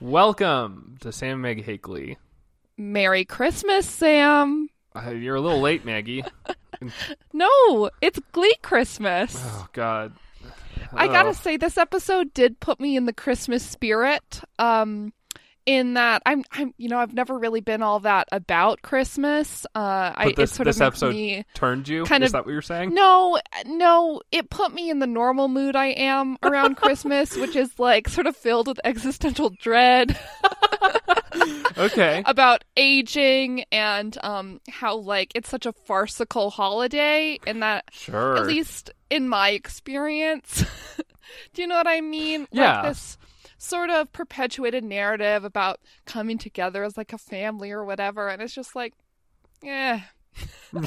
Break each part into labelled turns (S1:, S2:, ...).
S1: Welcome to Sam Meg Hickley.
S2: Merry Christmas, Sam.
S1: Uh, you're a little late, Maggie.
S2: No, it's Glee Christmas.
S1: Oh God.
S2: I
S1: Oh.
S2: gotta say, this episode did put me in the Christmas spirit. Um, in that I'm, I'm, you know, I've never really been all that about Christmas. Uh, I
S1: But this,
S2: it sort
S1: this
S2: of makes
S1: episode
S2: me.
S1: turned you.
S2: kind
S1: Is
S2: of-
S1: that what you're saying?
S2: No, no, it put me in the normal mood I am around Christmas, which is like sort of filled with existential dread
S1: Okay.
S2: about aging and um, how like it's such a farcical holiday, and that
S1: Sure.
S2: at least in my experience. Do you know what I mean?
S1: Yeah.
S2: Like this sort of perpetuated narrative about coming together as like a family or whatever, and it's just like, eh. yeah,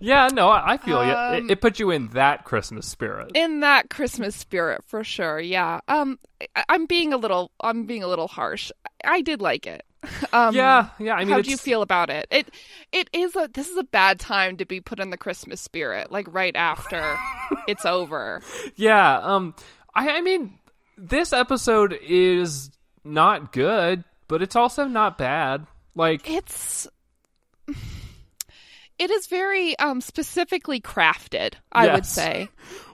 S1: yeah. No, I, I feel ya.
S2: Um,
S1: It, it put you in that Christmas spirit.
S2: in that Christmas spirit for sure. Yeah. Um, I- I'm being a little, I'm being a little harsh. I did like it. Um,
S1: yeah. Yeah. I mean,
S2: how
S1: it's,
S2: do you feel about it? It it is a this is a bad time to be put in the Christmas spirit, like right after it's over.
S1: Yeah. Um. I, I mean, this episode is not good, but it's also not bad. Like,
S2: it's it is very um specifically crafted i would
S1: Yes.
S2: say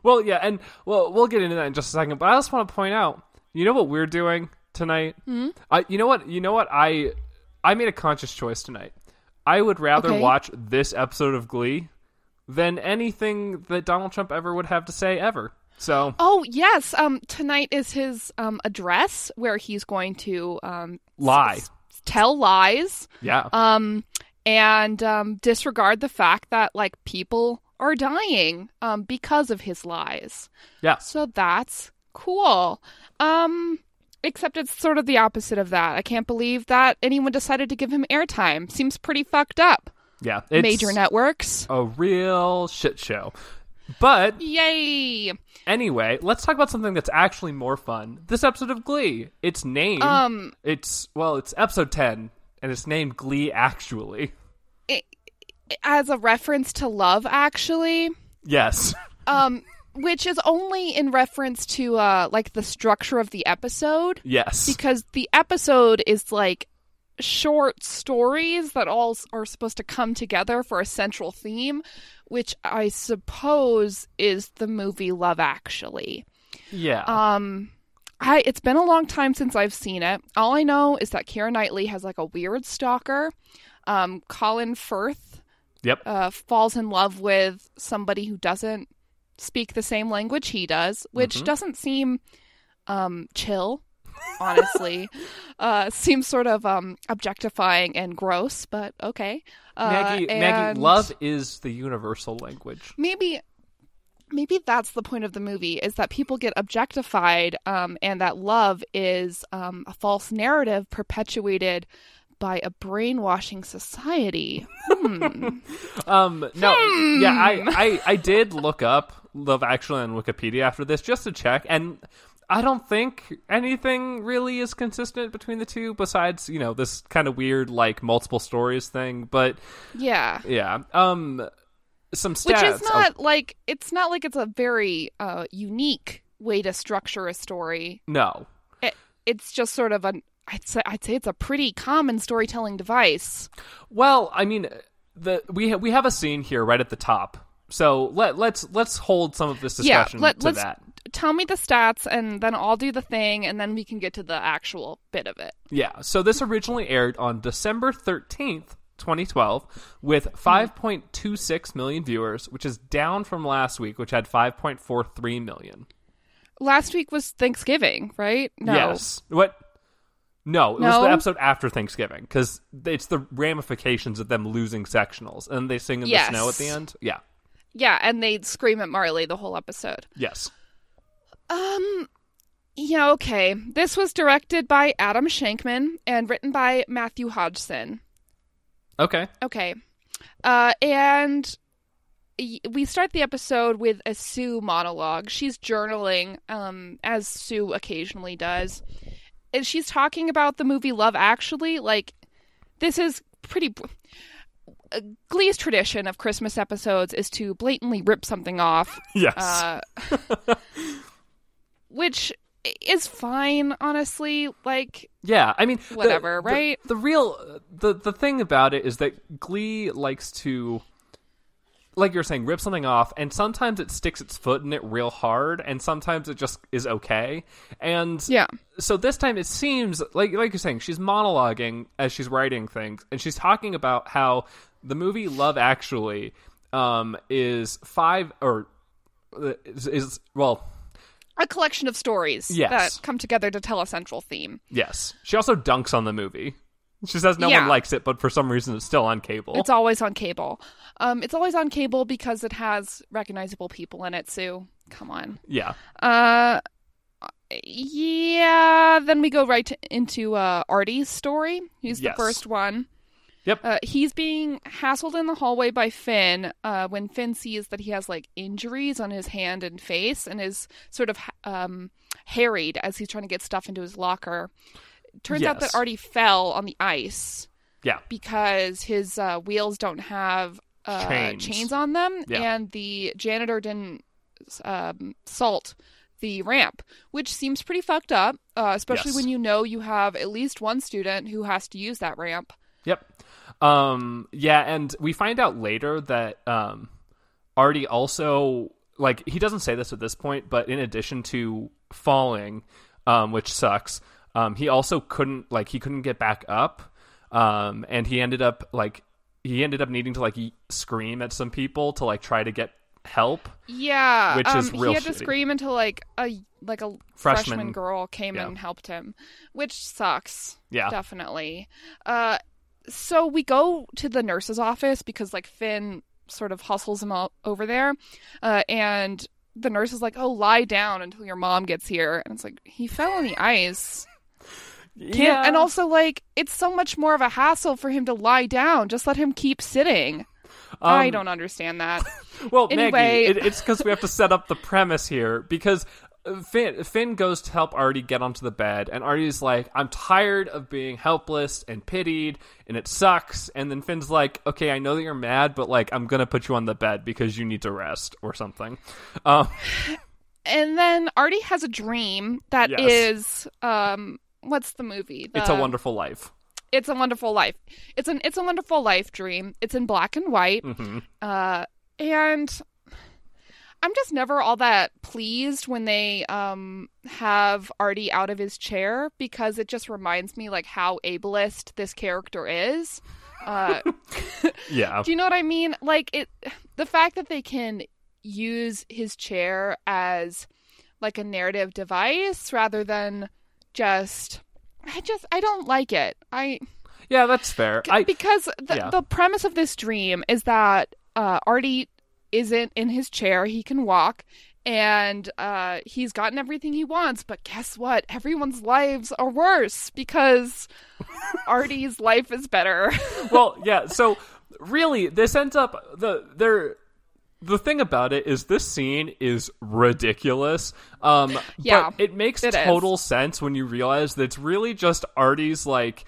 S1: well, yeah, and well, we'll get into that in just a second. But I just want to point out, you know what we're doing tonight?
S2: Hmm?
S1: Mm-hmm. Uh, you know what? You know what? I I made a conscious choice tonight. I would rather
S2: Okay.
S1: watch this episode of Glee than anything that Donald Trump ever would have to say ever. So
S2: oh yes um tonight is his um address where he's going to um
S1: lie,
S2: s- tell lies
S1: yeah,
S2: um and um disregard the fact that like people are dying um because of his lies
S1: yeah.
S2: so that's cool um except it's sort of the opposite of that i can't believe that anyone decided to give him airtime seems pretty fucked up
S1: Yeah, it's
S2: major networks.
S1: a real shit show. But
S2: Yay!
S1: anyway, let's talk about something that's actually more fun. This episode of Glee, its name,
S2: Um,
S1: it's well, it's episode ten, and it's named Glee. Actually,
S2: as a reference to Love Actually,
S1: yes,
S2: um, which is only in reference to uh, like the structure of the episode
S1: yes,
S2: because the episode is like short stories that all s- are supposed to come together for a central theme, which I suppose is the movie Love Actually.
S1: yeah,
S2: Um, I it's been a long time since I've seen it. All I know is that Kira Knightley has like a weird stalker. Um, Colin Firth
S1: yep,
S2: uh, falls in love with somebody who doesn't speak the same language he does, which
S1: Mhm.
S2: doesn't seem um chill. Honestly, uh, seems sort of um objectifying and gross, but okay. Uh,
S1: Maggie,
S2: and-
S1: Maggie, love is the universal language.
S2: maybe maybe that's the point of the movie is that people get objectified um, and that love is um, a false narrative perpetuated by a brainwashing society hmm.
S1: Um, no,
S2: Hmm.
S1: yeah, I, I, I did look up Love Actually on Wikipedia after this just to check, and I don't think anything really is consistent between the two besides, you know, this kind of weird, like, multiple stories thing, but
S2: yeah
S1: yeah, um, some stats. Oh,
S2: which is
S1: of-
S2: not like it's not like it's a very uh, unique way to structure a story
S1: no.
S2: it's just sort of an I'd say, I'd say it's a pretty common storytelling device.
S1: Well, I mean, the we ha- we have a scene here right at the top, so let let's let's hold some of this
S2: Yeah,
S1: discussion
S2: let-
S1: to
S2: let's-
S1: that.
S2: Tell me the stats, and then I'll do the thing, and then we can get to the actual bit of it.
S1: Yeah. So this originally aired on December 13th, 2012,
S2: Hmm.
S1: with 5.26 million viewers, which is down from last week, which had 5.43 million.
S2: last week was Thanksgiving, right? No.
S1: Yes. What? No, it was
S2: No?
S1: the episode after Thanksgiving because it's the ramifications of them losing sectionals and they sing in
S2: Yes.
S1: the snow at the end. Yeah.
S2: Yeah, and they scream at Marley the whole episode.
S1: Yes.
S2: Um yeah, okay. This was directed by Adam Shankman and written by Matthew Hodgson.
S1: Okay.
S2: Okay. Uh and y- we start the episode with a Sue monologue. She's journaling, um, as Sue occasionally does. And she's talking about the movie Love Actually. Like, this is pretty. uh, Glee's tradition of Christmas episodes is to blatantly rip something off,
S1: Yes.
S2: uh, which is fine, honestly. Like,
S1: Yeah, I mean, the-
S2: Whatever,
S1: the-
S2: right?
S1: The real uh, the the thing about it is that Glee likes to, like you're saying, rip something off, and sometimes it sticks its foot in it real hard, and sometimes it just is okay. And
S2: yeah.
S1: so this time it seems like like you're saying she's monologuing as she's writing things and she's talking about how the movie love actually um is five or uh, is, is well
S2: A collection of stories
S1: Yes.
S2: that come together to tell a central theme.
S1: yes she also dunks on the movie she says no
S2: Yeah.
S1: one likes it but for some reason it's still on cable
S2: It's always on cable. Um, it's always on cable because it has recognizable people in it, Sue. Come on.
S1: yeah
S2: Uh, yeah. Then we go right to, into uh, Artie's story. He's
S1: Yes.
S2: the first one.
S1: Yep.
S2: Uh, he's being hassled in the hallway by Finn uh, when Finn sees that he has like injuries on his hand and face and is sort of um, harried as he's trying to get stuff into his locker. Turns out
S1: Yes.
S2: that Artie fell on the ice
S1: yeah
S2: because his uh, wheels don't have uh,
S1: Chains.
S2: chains. on them,
S1: Yeah.
S2: and the janitor didn't um, salt the ramp, which seems pretty fucked up, uh, especially
S1: Yes.
S2: when you know you have at least one student who has to use that ramp.
S1: Yep. Um yeah, and we find out later that um Artie also like he doesn't say this at this point, but in addition to falling, um, which sucks, um he also couldn't like he couldn't get back up. Um and he ended up like he ended up needing to like y- scream at some people to like try to get help.
S2: Yeah,
S1: Which
S2: um,
S1: is real
S2: he had
S1: shitty.
S2: to scream until like a like a
S1: Freshman.
S2: freshman, girl came
S1: Yeah.
S2: and helped him, which sucks.
S1: Yeah.
S2: definitely. Uh, so we go to the nurse's office because like Finn sort of hustles him all over there, uh, and the nurse is like, "Oh, lie down until your mom gets here," and it's like he fell on the ice. Can't,
S1: yeah.
S2: And also, like, it's so much more of a hassle for him to lie down. Just let him keep sitting. I
S1: Um,
S2: don't understand that.
S1: Well,
S2: Anyway-
S1: Maggie, it, it's because we have to set up the premise here because uh, Finn, Finn goes to help Artie get onto the bed, and Artie's like, "I'm tired of being helpless and pitied, and it sucks." And then Finn's like, "Okay, I know that you're mad, but like, I'm gonna put you on the bed because you need to rest or something." Um,
S2: and then Artie has a dream that
S1: Yes.
S2: is, um, what's the movie?
S1: it's a
S2: The-
S1: wonderful life.
S2: It's a Wonderful Life. It's an It's a Wonderful Life dream. It's in black and white.
S1: hmm
S2: Uh, and I'm just never all that pleased when they um have Artie out of his chair because it just reminds me like how ableist this character is. Uh,
S1: Yeah,
S2: do you know what I mean? Like it, the fact that they can use his chair as like a narrative device rather than just. I just I don't like it. I
S1: yeah, that's fair. I
S2: because the,
S1: yeah.
S2: the premise of this dream is that uh, Artie isn't in his chair; he can walk, and uh, he's gotten everything he wants. But guess what? Everyone's lives are worse because Artie's life is better.
S1: well, yeah. So really, this ends up the there. The thing about it is, this scene is ridiculous. Um,
S2: Yeah,
S1: but it makes
S2: it is.
S1: total sense when you realize that it's really just Artie's like,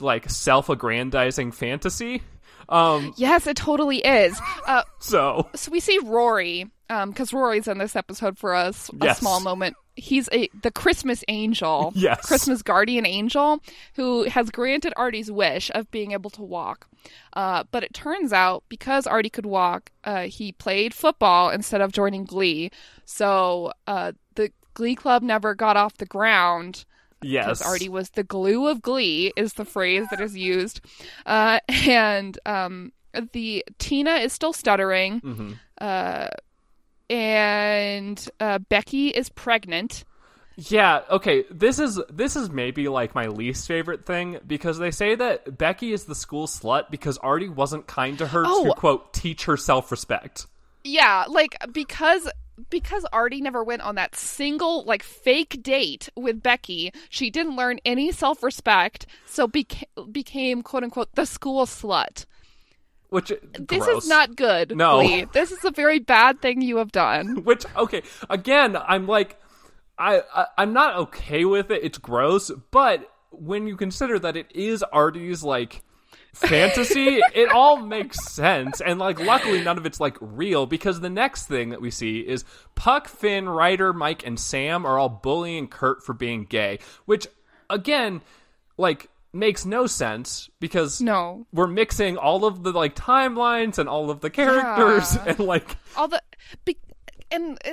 S1: like self-aggrandizing fantasy. Um,
S2: yes, it totally is. Uh,
S1: so
S2: so we see Rory, because Rory's in this episode for us. A
S1: Yes.
S2: small moment. He's a the Christmas angel,
S1: Yes.
S2: Christmas guardian angel, who has granted Artie's wish of being able to walk. Uh, but it turns out because Artie could walk, uh, he played football instead of joining Glee. So uh, the Glee Club never got off the ground because
S1: yes,
S2: Artie was the glue of Glee is the phrase that is used, uh, and um, the Tina is still stuttering,
S1: hmm
S2: uh, and uh, Becky is pregnant.
S1: Yeah, okay. This is this is maybe like my least favorite thing because they say that Becky is the school slut because Artie wasn't kind to her to
S2: Oh.
S1: quote teach her self-respect.
S2: Yeah, like because because Artie never went on that single like fake date with Becky, she didn't learn any self respect, so beca- became quote unquote the school slut.
S1: Which
S2: This
S1: gross.
S2: is not good.
S1: No.
S2: Lee. This is a very bad thing you have done.
S1: Which okay, again, I'm like, I, I I'm not okay with it. It's gross, but when you consider that it is Artie's like fantasy, it all makes sense. And like, luckily, none of it's like real because the next thing that we see is Puck, Finn, Ryder, Mike, and Sam are all bullying Kurt for being gay, which again, like. Makes no sense because
S2: No.
S1: we're mixing all of the like timelines and all of the characters
S2: Yeah.
S1: and like
S2: All the be, and uh,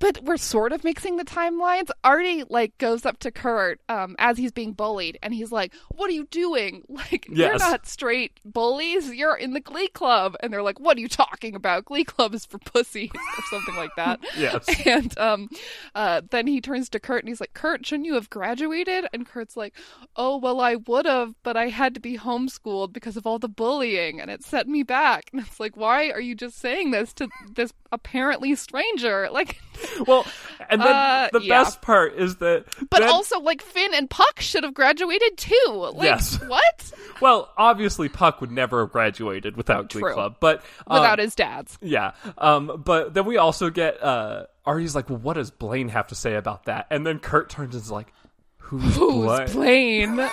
S2: but we're sort of mixing the timelines. Artie like goes up to Kurt um as he's being bullied and he's like, "What are you doing? Like you're
S1: Yes.
S2: not straight bullies. You're in the glee club." And they're like, "What are you talking about? Glee club is for pussies or something like that."
S1: yes
S2: And um, uh, then he turns to Kurt and he's like, Kurt, shouldn't you have graduated? And Kurt's like, Oh, well, I would have, but I had to be homeschooled because of all the bullying and it set me back. And it's like, Why are you just saying this to this apparently stranger? Like,
S1: Well, and then
S2: Uh,
S1: the
S2: yeah.
S1: best part is that.
S2: but
S1: then-
S2: also, like, Finn and Puck should have graduated too. Like,
S1: Yes.
S2: what?
S1: well, obviously Puck would never have graduated without Glee
S2: True.
S1: Club, but um,
S2: Without his dad's.
S1: yeah. Um, but then we also get uh, Artie's like, well, what does Blaine have to say about that? And then Kurt turns and is like, who's, Blaine?
S2: Who's Blaine?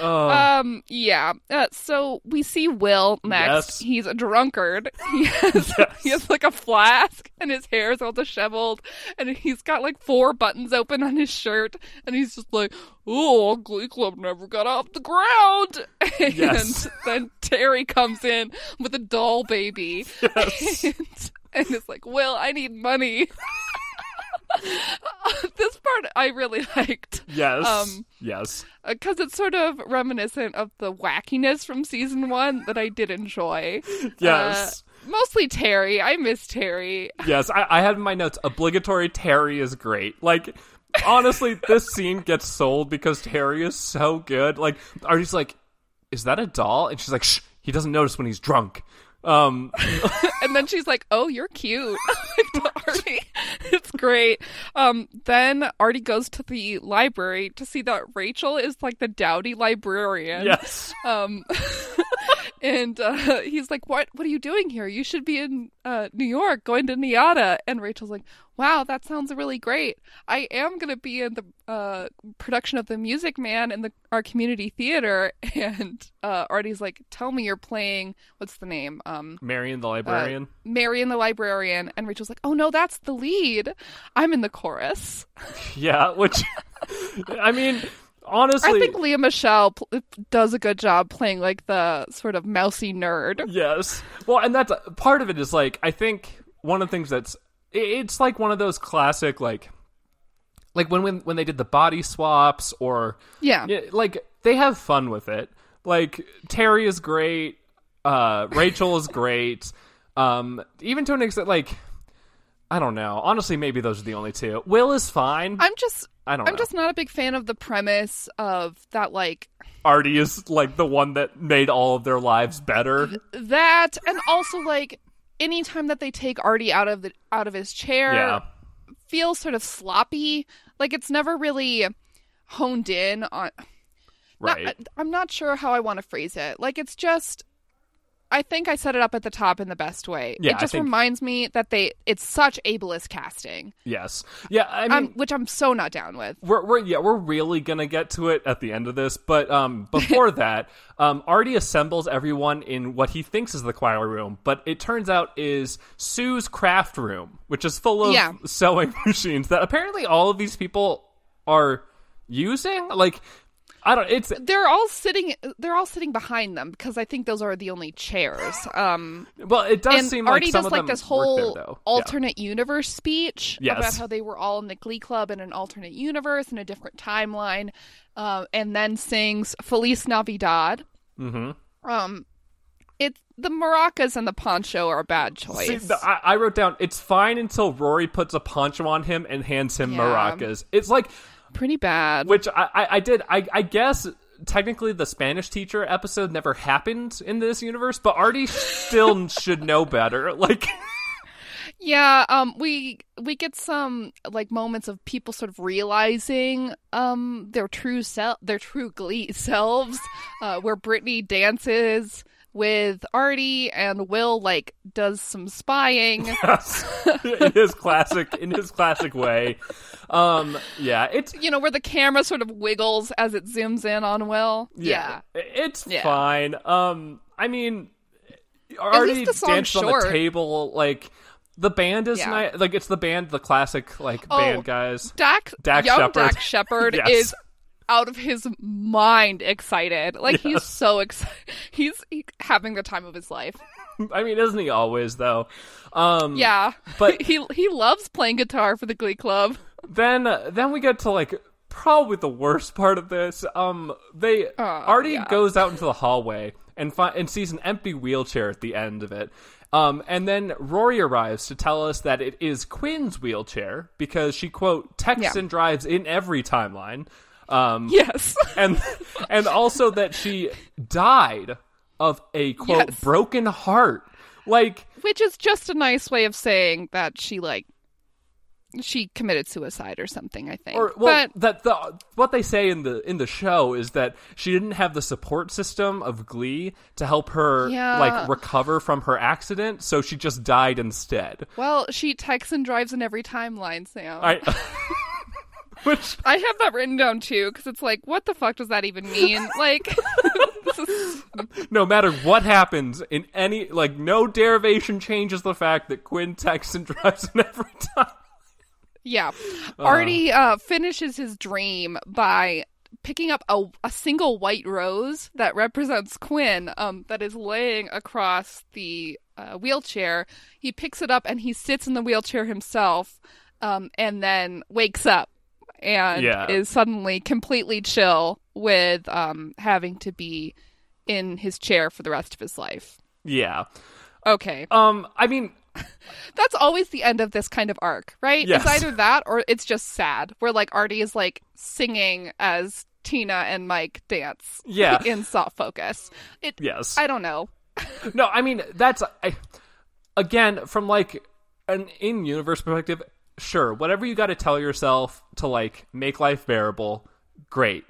S1: Oh.
S2: Um. Yeah. Uh, so we see Will
S1: Yes.
S2: next. He's a drunkard. He has he has like a flask, and his hair is all disheveled, and he's got like four buttons open on his shirt, and he's just like, "Oh, Glee Club never got off the ground." And
S1: Yes.
S2: then Terry comes in with a doll baby, and, and it's like, "Will, I need money." Uh, this part I really liked
S1: yes.
S2: um,
S1: yes.
S2: because it's sort of reminiscent of the wackiness from season one that I did enjoy.
S1: Yes.
S2: Uh, mostly Terry. I miss Terry.
S1: Yes. I, I had in my notes obligatory Terry is great. Like, honestly, this scene gets sold because Terry is so good. Like, Artie's like, is that a doll? And she's like, shh, he doesn't notice when he's drunk. Um,
S2: And then she's like, "Oh, you're cute." Like to Artie, it's great. Um, then Artie goes to the library to see that Rachel is like the dowdy librarian.
S1: yes.
S2: Um, and uh, he's like, "What? What are you doing here? You should be in uh, New York, going to Niata." And Rachel's like, "Wow, that sounds really great. I am going to be in the uh, production of The Music Man in the our community theater." And uh, Artie's like, "Tell me you're playing what's the name? Um,
S1: Marion the librarian.
S2: Mary and the Librarian." And Rachel's like, "Oh no, that's the lead. I'm in the chorus."
S1: yeah, which I mean, honestly,
S2: I think Leah Michelle pl- does a good job playing like the sort of mousy nerd.
S1: yes. Well, and that's part of it is like I think one of the things that's i- it's like one of those classic like like when when when they did the body swaps or
S2: Yeah.
S1: yeah, like they have fun with it. Like Terry is great, uh, Rachel is great. Um, even to an extent, like I don't know. Honestly, maybe those are the only two. Will is fine.
S2: I'm just
S1: I don't
S2: I'm
S1: know.
S2: just not a big fan of the premise of that like
S1: Artie is like the one that made all of their lives better.
S2: that and also like anytime that they take Artie out of the out of his chair
S1: Yeah.
S2: feels sort of sloppy. Like it's never really honed in on not-
S1: Right.
S2: I'm not sure how I want to phrase it. Like it's just I think I set it up at the top in the best way.
S1: Yeah, I
S2: it just
S1: think-
S2: reminds me that they it's such ableist casting.
S1: yes. Yeah, I mean
S2: um, which I'm so not down with.
S1: we're, we're yeah, we're really going to get to it at the end of this, but um before that, um Artie assembles everyone in what he thinks is the choir room, but it turns out is Sue's craft room, which is full of
S2: Yeah.
S1: sewing machines that apparently all of these people are using. Like I don't it's
S2: they're all sitting they're all sitting behind them because i think those are the only chairs um
S1: well, it does
S2: and
S1: seem
S2: artie
S1: like some
S2: does
S1: of
S2: like
S1: them
S2: this
S1: work there,
S2: whole
S1: though. Yeah.
S2: alternate universe speech
S1: Yes.
S2: about how they were all in the glee club in an alternate universe in a different timeline um and then sings feliz navidad
S1: Mhm.
S2: um it the maracas and the poncho are a bad choice
S1: See, the, I, I wrote down it's fine until Rory puts a poncho on him and hands him
S2: Yeah.
S1: maracas. It's like
S2: pretty bad
S1: which I, I, I did. I, I guess technically the Spanish teacher episode never happened in this universe, but Artie still should know better. Like
S2: Yeah, um we we get some like moments of people sort of realizing um their true self their true glee selves uh where Brittany dances with Artie and Will like does some spying.
S1: in his classic in his classic way. Um yeah, it's
S2: you know, where the camera sort of wiggles as it zooms in on Will. Yeah.
S1: It's
S2: Yeah.
S1: fine. Um, I mean,
S2: least
S1: already
S2: the
S1: danced
S2: song's
S1: on the
S2: short.
S1: table. Like the band is
S2: Yeah.
S1: ni- like it's the band, the classic like
S2: Oh.
S1: band guys.
S2: Dak,
S1: Dak
S2: young
S1: Shepard.
S2: Dak Shepard
S1: Yes.
S2: is out of his mind excited. Like he's so excited. He's he- having the time of his life.
S1: I mean, isn't he always though? Um,
S2: Yeah.
S1: But-
S2: he he loves playing guitar for the glee club.
S1: Then then we get to like probably the worst part of this. Um, they Artie
S2: Oh, yeah.
S1: goes out into the hallway and fi- and sees an empty wheelchair at the end of it. Um, and then Rory arrives to tell us that it is Quinn's wheelchair because she quote texts
S2: Yeah.
S1: and drives in every timeline. Um,
S2: Yes.
S1: and and also that she died of a quote
S2: Yes.
S1: broken heart. Like
S2: Which is just a nice way of saying that she like she committed suicide or something, I think.
S1: Or, well,
S2: but
S1: that the what they say in the in the show is that she didn't have the support system of Glee to help her
S2: Yeah.
S1: like recover from her accident, so she just died instead.
S2: well, she texts and drives in every timeline, Sam.
S1: I, which
S2: I have that written down too because it's like, what the fuck does that even mean? Like, this is-
S1: no matter what happens in any like no derivation changes the fact that Quinn texts and drives in every time.
S2: yeah. Artie uh, finishes his dream by picking up a, a single white rose that represents Quinn um, that is laying across the uh, wheelchair. He picks it up and he sits in the wheelchair himself um, and then wakes up and
S1: Yeah.
S2: is suddenly completely chill with um, having to be in his chair for the rest of his life.
S1: Yeah.
S2: Okay.
S1: Um. I mean,
S2: That's always the end of this kind of arc, right?
S1: Yes.
S2: It's either that or it's just sad, where like Artie is like singing as Tina and Mike dance.
S1: Yeah.
S2: in soft focus. It.
S1: yes.
S2: I don't know.
S1: No, I mean that's I, again from like an in-universe perspective. Sure, whatever you got to tell yourself to like make life bearable, great,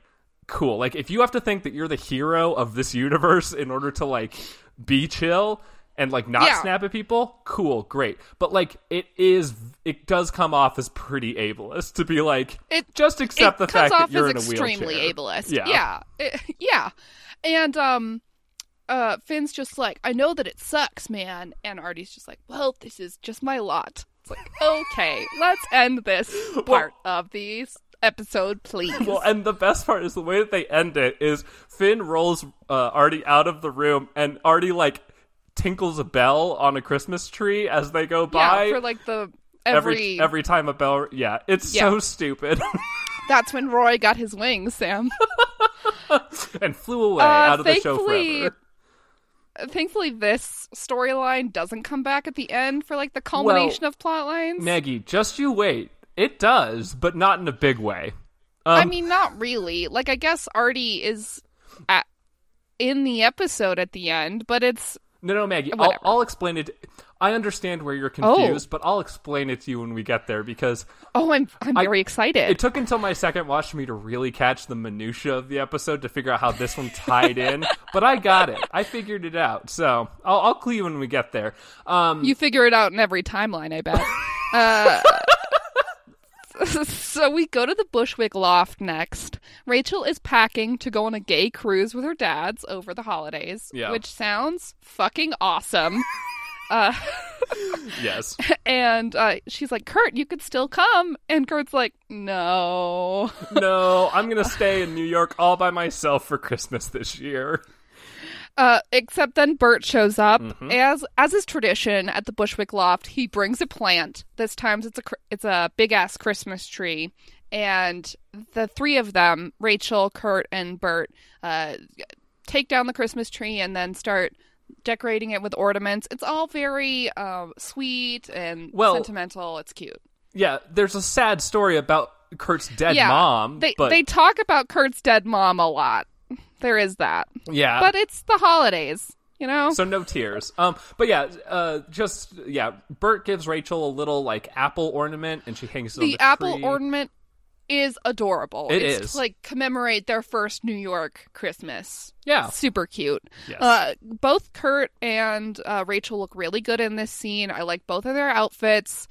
S1: cool. Like if you have to think that you're the hero of this universe in order to like be chill and like not
S2: Yeah.
S1: snap at people, cool, great. But like it is, it does come off as pretty ableist to be like
S2: It-
S1: just accept
S2: it
S1: the
S2: comes
S1: fact
S2: off
S1: that you're
S2: as
S1: in a
S2: extremely
S1: wheelchair.
S2: ableist.
S1: Yeah.
S2: yeah, It- yeah. And um, uh, Finn's just like, I know that it sucks, man. And Artie's just like, well, this is just my lot. It's like, okay, let's end this part of the s- episode, please.
S1: Well, and the best part is the way that they end it is Finn rolls uh, Artie out of the room, and Artie like tinkles a bell on a Christmas tree as they go by.
S2: yeah, for like the
S1: every every time a bell, yeah, it's so
S2: Yeah.
S1: stupid,
S2: That's when Roy got his wings, Sam.
S1: and flew away
S2: Uh,
S1: out of the show
S2: thankfully-
S1: forever.
S2: Thankfully, this storyline doesn't come back at the end for like the culmination of plot lines.
S1: Maggie, just you wait. It does, but not in a big way.
S2: I
S1: um,
S2: mean, not really. Like, I guess Artie is at, in the episode at the end, but it's
S1: No, no, Maggie. I'll,
S2: Whatever.
S1: I'll explain it. I understand where you're confused, but I'll explain it to you when we get there because
S2: oh, I'm I'm very excited.
S1: It took until my second watch for me to really catch the minutia of the episode to figure out how this one tied in, but I got it. I figured it out. So I'll, I'll clue you when we get there. Um,
S2: you figure it out in every timeline, I bet. uh, so we go to the Bushwick Loft next. Rachel is packing to go on a gay cruise with her dads over the holidays,
S1: Yeah.
S2: which sounds fucking awesome.
S1: yes.
S2: And uh, she's like, Kurt, you could still come. And Kurt's like, no.
S1: No, I'm going to stay in New York all by myself for Christmas this year.
S2: Uh, except then Bert shows up. As as is tradition at the Bushwick Loft, he brings a plant. This time it's a cr- it's a big ass Christmas tree, and the three of them, Rachel, Kurt, and Bert, uh, take down the Christmas tree and then start decorating it with ornaments. It's all very um, sweet and
S1: Well-
S2: sentimental. It's cute.
S1: Yeah, there's a sad story about Kurt's dead mom,
S2: They
S1: but
S2: they talk about Kurt's dead mom a lot. There is that.
S1: yeah.
S2: But it's the holidays. you know?
S1: Uh, So no tears. Um, but yeah, uh, just yeah. Bert gives Rachel a little like apple ornament, and she hangs it on
S2: the,
S1: the
S2: apple
S1: tree.
S2: ornament is adorable.
S1: It
S2: it's
S1: is.
S2: to, like commemorate their first New York Christmas.
S1: Yeah.
S2: Super cute.
S1: Oh. Yes.
S2: Uh, both Kurt and uh, Rachel look really good in this scene. I like both of their outfits.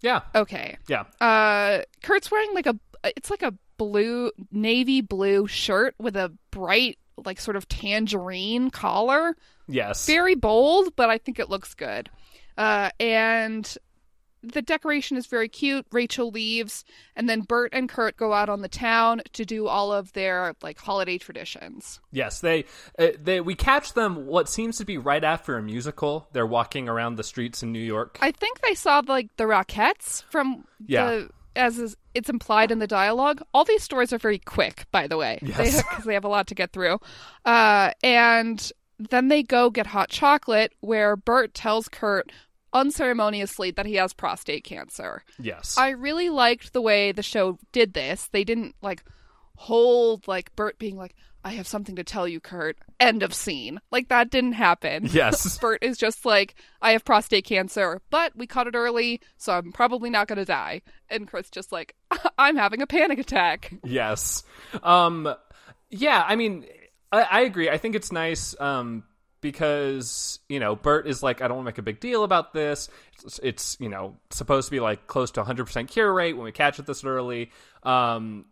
S1: yeah.
S2: Okay.
S1: Yeah.
S2: Uh, Kurt's wearing like a it's like a blue navy blue shirt with a bright like sort of tangerine collar.
S1: Yes.
S2: Very bold, but I think it looks good. Uh, and the decoration is very cute. Rachel leaves, and then Bert and Kurt go out on the town to do all of their like holiday traditions.
S1: Yes, they, uh, they we catch them what seems to be right after a musical. They're walking around the streets in New York.
S2: I think they saw like the Rockettes from
S1: Yeah.
S2: the as is, it's implied in the dialogue. All these stories are very quick, by the way, because
S1: Yes.
S2: they, 'cause they have a lot to get through. Uh, and then they go get hot chocolate, where Bert tells Kurt unceremoniously that he has prostate cancer.
S1: yes.
S2: I really liked the way the show did this. They didn't like hold like Bert being like, "I have something to tell you, Kurt." End of scene. Like that didn't happen.
S1: yes.
S2: Bert is just like, I have prostate cancer, but we caught it early, so I'm probably not going to die. And Kurt's just like, I'm having a panic attack.
S1: yes. Um yeah, I mean I, I agree. I think it's nice um because, you know, Bert is like I don't want to make a big deal about this. It's, it's, you know, supposed to be like close to 100% cure rate when we catch it this early. Um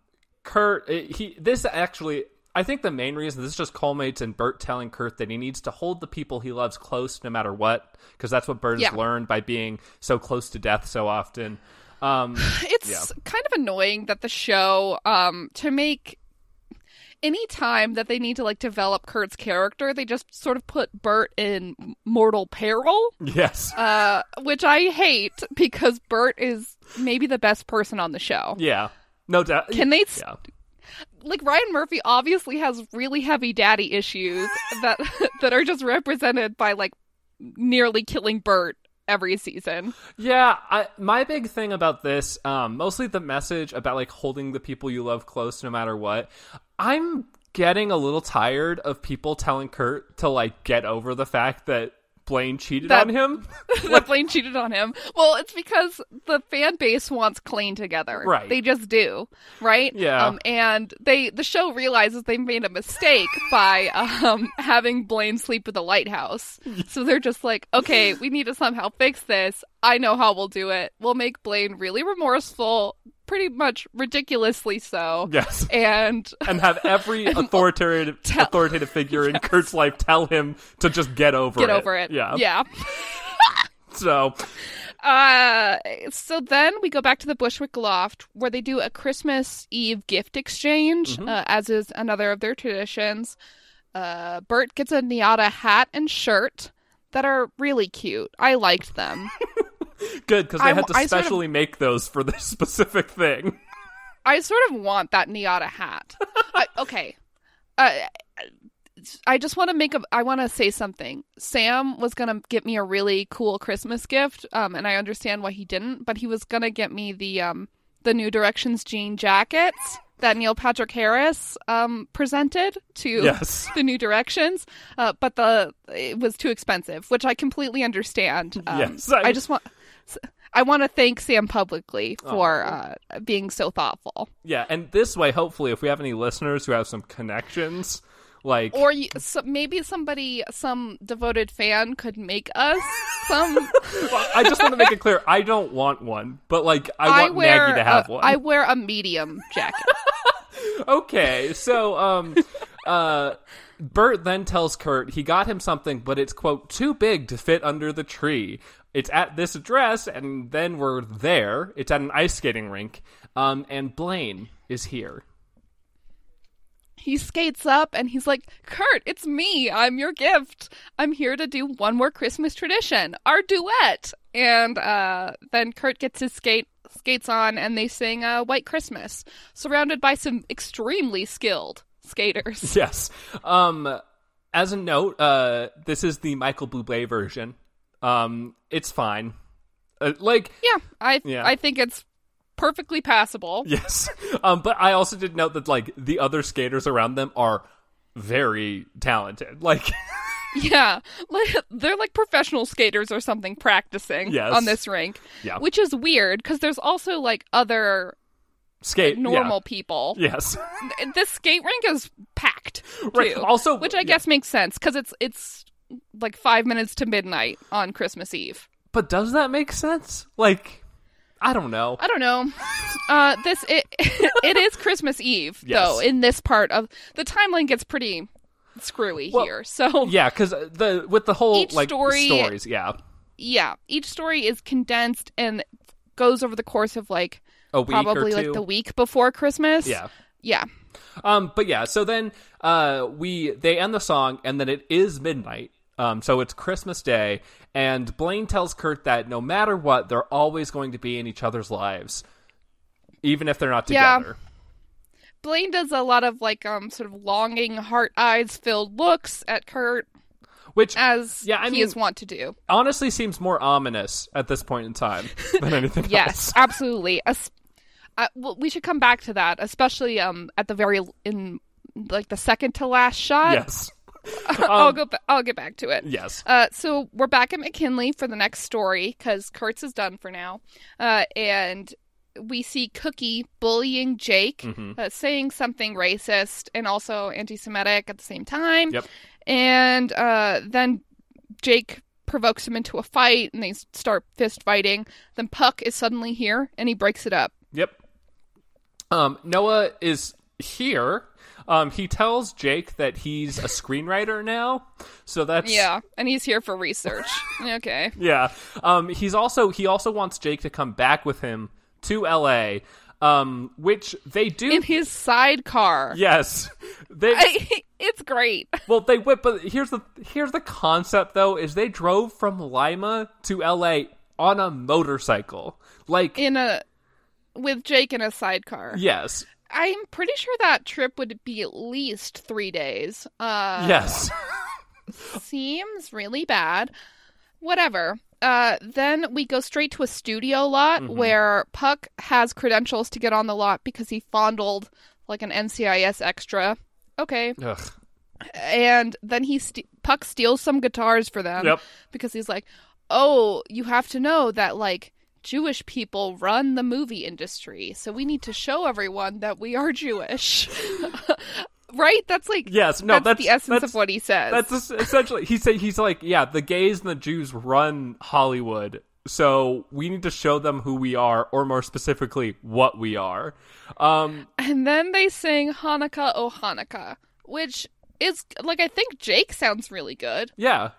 S1: Kurt it- he this actually I think the main reason this just culminates in Bert telling Kurt that he needs to hold the people he loves close no matter what because that's what Bert
S2: Yeah.
S1: has learned by being so close to death so often. Um
S2: It's kind of annoying that the show, um, to make any time that they need to like develop Kurt's character, they just sort of put Bert in mortal peril,
S1: yes.
S2: uh, which I hate because Bert is maybe the best person on the show.
S1: Yeah. No doubt.
S2: Can they
S1: Yeah.
S2: like Ryan Murphy obviously has really heavy daddy issues that that are just represented by like nearly killing Bert every season.
S1: Yeah, I, my big thing about this, um, mostly the message about like holding the people you love close no matter what. I'm getting a little tired of people telling Kurt to like get over the fact that Blaine cheated
S2: That-
S1: on him.
S2: that Blaine cheated on him. Well, it's because the fan base wants Clayne together.
S1: Right.
S2: They just do. Right?
S1: Yeah.
S2: Um, and they the show realizes they made a mistake by um having Blaine sleep with the lighthouse. So they're just like, okay, we need to somehow fix this. I know how we'll do it. We'll make Blaine really remorseful, pretty much ridiculously so.
S1: yes.
S2: And
S1: And have every authoritative
S2: Tell-
S1: authoritative figure in Kurt's life tell him to just get over
S2: get
S1: it.
S2: over it.
S1: Yeah.
S2: Yeah.
S1: So
S2: Uh, so then we go back to the Bushwick Loft where they do a Christmas Eve gift exchange, uh, as is another of their traditions. Uh, Bert gets a Niata hat and shirt that are really cute. I liked them.
S1: good because they
S2: I-
S1: had to
S2: I sort of-
S1: specially make those for this specific thing.
S2: I sort of want that Niata hat. I, okay. Uh, I just want to make a. I want to say something. Sam was gonna get me a really cool Christmas gift, um, and I understand why he didn't. But he was gonna get me the um the New Directions jean jackets that Neil Patrick Harris um presented to
S1: Yes.
S2: the New Directions. Uh, but the it was too expensive, which I completely understand. Um,
S1: Yes, I-
S2: I just want. I want to thank Sam publicly
S1: Oh,
S2: for uh, being so thoughtful.
S1: Yeah, and this way, hopefully, if we have any listeners who have some connections, like
S2: or you, so maybe somebody some devoted fan could make us some
S1: I just want to make it clear, I don't want one, but like I want
S2: wear
S1: Maggie to have
S2: a-
S1: one.
S2: I wear a medium jacket.
S1: Okay, so um, uh, Bert then tells Kurt he got him something, but it's quote too big to fit under the tree. It's at this address, and then we're there. It's at an ice skating rink, um, and Blaine is here.
S2: he skates up and he's like, "Kurt, it's me. I'm your gift. I'm here to do one more Christmas tradition, our duet." And uh, then Kurt gets his skate skates on and they sing uh, "White Christmas," surrounded by some extremely skilled skaters.
S1: Yes. Um, as a note, uh, this is the Michael Bublé version. Um, it's fine. Uh, like
S2: Yeah, I
S1: Yeah.
S2: I think it's perfectly passable.
S1: yes, um, but I also did note that like the other skaters around them are very talented. Like
S2: yeah, like, they're like professional skaters or something practicing
S1: Yes.
S2: on this rink,
S1: Yeah.
S2: which is weird because there's also like other
S1: Skate. yeah.
S2: normal people.
S1: Yes.
S2: And This skate rink is packed, too,
S1: right. Also,
S2: which I
S1: yeah.
S2: guess makes sense because it's it's like five minutes to midnight on Christmas Eve.
S1: But does that make sense? Like, I don't know.
S2: I don't know. Uh, this it it is Christmas Eve though.
S1: Yes.
S2: In this part of the timeline gets pretty screwy
S1: Well,
S2: here. So yeah.
S1: Yeah, because the with the whole
S2: Each
S1: like
S2: story-
S1: stories. Yeah.
S2: each story is condensed and goes over the course of like
S1: A week
S2: probably
S1: or two.
S2: like the week before Christmas.
S1: yeah.
S2: yeah,
S1: Um, but yeah, so then uh, we they end the song, and then it is midnight. Um, so it's Christmas Day, and Blaine tells Kurt that no matter what, they're always going to be in each other's lives, even if they're not
S2: Yeah.
S1: together.
S2: Blaine does a lot of like um sort of longing, heart eyes filled looks at Kurt
S1: Which
S2: as
S1: Yeah, I
S2: he
S1: mean-
S2: is wont to do.
S1: honestly seems more ominous at this point in time than anything
S2: Yes,
S1: else.
S2: absolutely. As- uh, well, we should come back to that, especially um at the very in like the second to last shot.
S1: Yes.
S2: I'll
S1: Um,
S2: go. Ba- I'll get back to it.
S1: Yes.
S2: Uh, so we're back at McKinley for the next story because Kurtz is done for now, uh, and we see Cookie bullying Jake,
S1: Mhm.
S2: uh, saying something racist and also anti-Semitic at the same time.
S1: Yep.
S2: And uh, then Jake provokes him into a fight, and they s- start fist fighting. Then Puck is suddenly here, and he breaks it up.
S1: Yep. Um, Noah is here. Um, he tells Jake that he's a screenwriter now. So that's
S2: Yeah, and he's here for research. okay.
S1: yeah. Um, he's also he also wants Jake to come back with him to L.A. Um, which they do.
S2: In his sidecar.
S1: yes, they
S2: I, it's great.
S1: well they whip. But here's the here's the concept though is they drove from Lima to L.A. on a motorcycle. Like
S2: in a with Jake in a sidecar.
S1: yes,
S2: I'm pretty sure that trip would be at least three days. Uh
S1: yes,
S2: seems really bad. Whatever. Uh then we go straight to a studio lot where Puck has credentials to get on the lot because he fondled like an NCIS extra. Okay.
S1: Ugh.
S2: And then he st- Puck steals some guitars for them
S1: Yep.
S2: because he's like, "Oh, you have to know that like Jewish people run the movie industry, so we need to show everyone that we are Jewish." right? That's like
S1: yes. No, that's,
S2: the essence
S1: that's-
S2: of what he says.
S1: That's es- essentially he said he's like yeah the gays and the Jews run Hollywood so we need to show them who we are or more specifically what we are. Um,
S2: and then they sing Hanukkah, oh Hanukkah, which is like I think Jake sounds really good.
S1: yeah,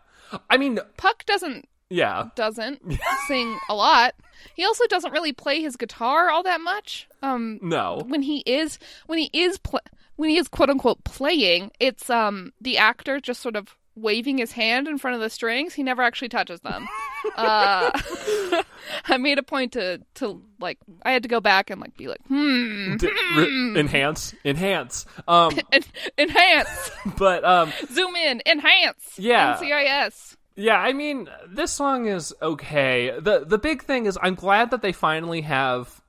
S1: I mean
S2: Puck doesn't
S1: yeah
S2: doesn't sing a lot. He also doesn't really play his guitar all that much. Um
S1: no
S2: when he is when he is pl- when he is quote unquote playing, it's um the actor just sort of waving his hand in front of the strings. He never actually touches them. uh, I made a point to to like I had to go back and like be like hmm
S1: D- re- enhance enhance um
S2: en- enhance
S1: but um
S2: zoom in enhance
S1: Yeah.
S2: NCIS
S1: Yeah, I mean, this song is okay. The the big thing is I'm glad that they finally have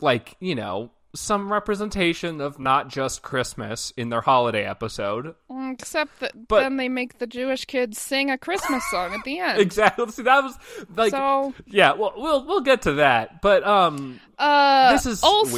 S1: like, you know, some representation of not just Christmas in their holiday episode.
S2: Mm, except that
S1: But-
S2: then they make the Jewish kids sing a Christmas song at the end.
S1: Exactly. See, that was like
S2: so
S1: yeah, well we'll we'll get to that. But um
S2: uh,
S1: this is
S2: also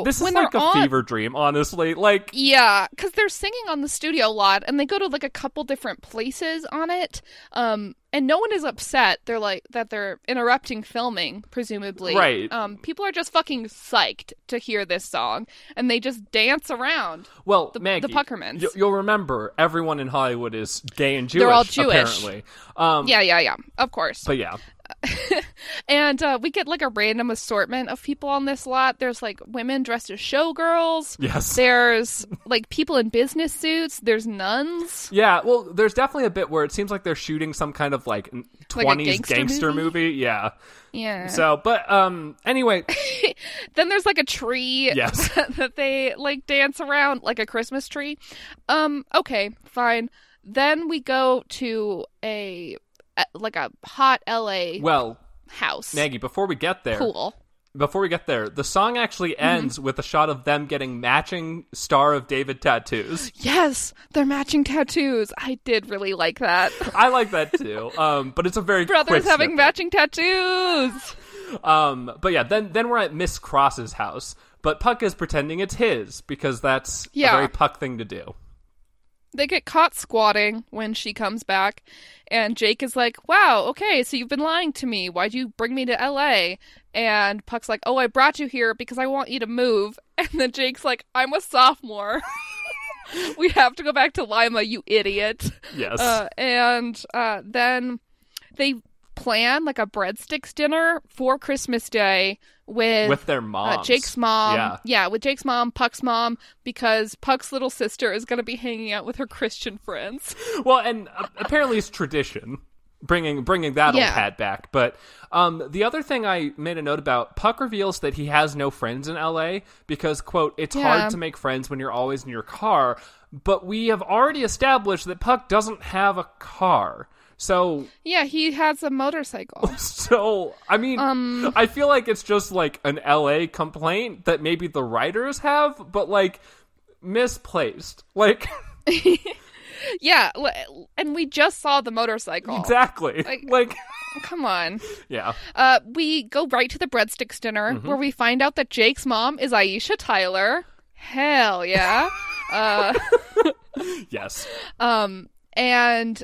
S1: weird. This is
S2: when
S1: like a
S2: they're on,
S1: fever dream, honestly. Like
S2: Yeah, because they're singing on the studio lot, and they go to like a couple different places on it. Um, and no one is upset. They're like that they're interrupting filming, presumably.
S1: Right.
S2: Um, people are just fucking psyched to hear this song, and they just dance around.
S1: well, Maggie,
S2: Puckermans.
S1: you- you'll remember everyone in Hollywood is gay and Jewish.
S2: They're all Jewish.
S1: apparently. Um,
S2: Yeah, yeah, yeah. Of course.
S1: But yeah,
S2: and uh, we get like a random assortment of people on this lot. There's like women dressed as showgirls.
S1: yes.
S2: There's like people in business suits. There's nuns.
S1: Yeah, well, there's definitely a bit where it seems like they're shooting some kind of like n- 20s
S2: gangster
S1: gangster,
S2: movie?
S1: movie? Yeah.
S2: Yeah.
S1: So, but um anyway,
S2: then there's like a tree
S1: Yes.
S2: that they like dance around like a christmas tree um okay fine then we go to a a- like a hot la
S1: well,
S2: house
S1: Maggie, before we get there,
S2: pool
S1: before we get there, the song actually
S2: Mm-hmm.
S1: ends with a shot of them getting matching Star of David tattoos.
S2: Yes, they're matching tattoos. I did really like that.
S1: I like that too. Um, but it's a very
S2: Brothers
S1: quick
S2: having
S1: snippet.
S2: matching tattoos.
S1: Um, but yeah, then then we're at Miss Cross's house, but Puck is pretending it's his because that's
S2: Yeah.
S1: a very Puck thing to do.
S2: They get caught squatting when she comes back, and Jake is like, "Wow, okay, so you've been lying to me. Why'd you bring me to L.A.?" And Puck's like, "Oh, I brought you here because I want you to move." And then Jake's like, "I'm a sophomore. we have to go back to Lima, you idiot."
S1: Yes.
S2: Uh, and uh, then they plan like a breadsticks dinner for Christmas Day with,
S1: with their mom.
S2: uh, Jake's mom.
S1: Yeah.
S2: with Jake's mom, Puck's mom, because Puck's little sister is going to be hanging out with her Christian friends.
S1: Well, and uh, apparently it's tradition bringing bringing that
S2: Yeah.
S1: old hat back. But um, the other thing I made a note about, Puck reveals that he has no friends in LA because quote, it's
S2: Yeah.
S1: hard to make friends when you're always in your car. But we have already established that Puck doesn't have a car. So
S2: Yeah, he has a motorcycle.
S1: so I mean
S2: Um,
S1: I feel like it's just like an LA complaint that maybe the writers have, but like misplaced. Like
S2: yeah, l- and we just saw the motorcycle.
S1: exactly.
S2: Oh, Like-
S1: like
S2: Come on.
S1: yeah.
S2: Uh, we go right to the breadsticks dinner where we find out that Jake's mom is Aisha Tyler. Hell yeah. uh,
S1: Yes.
S2: Um, and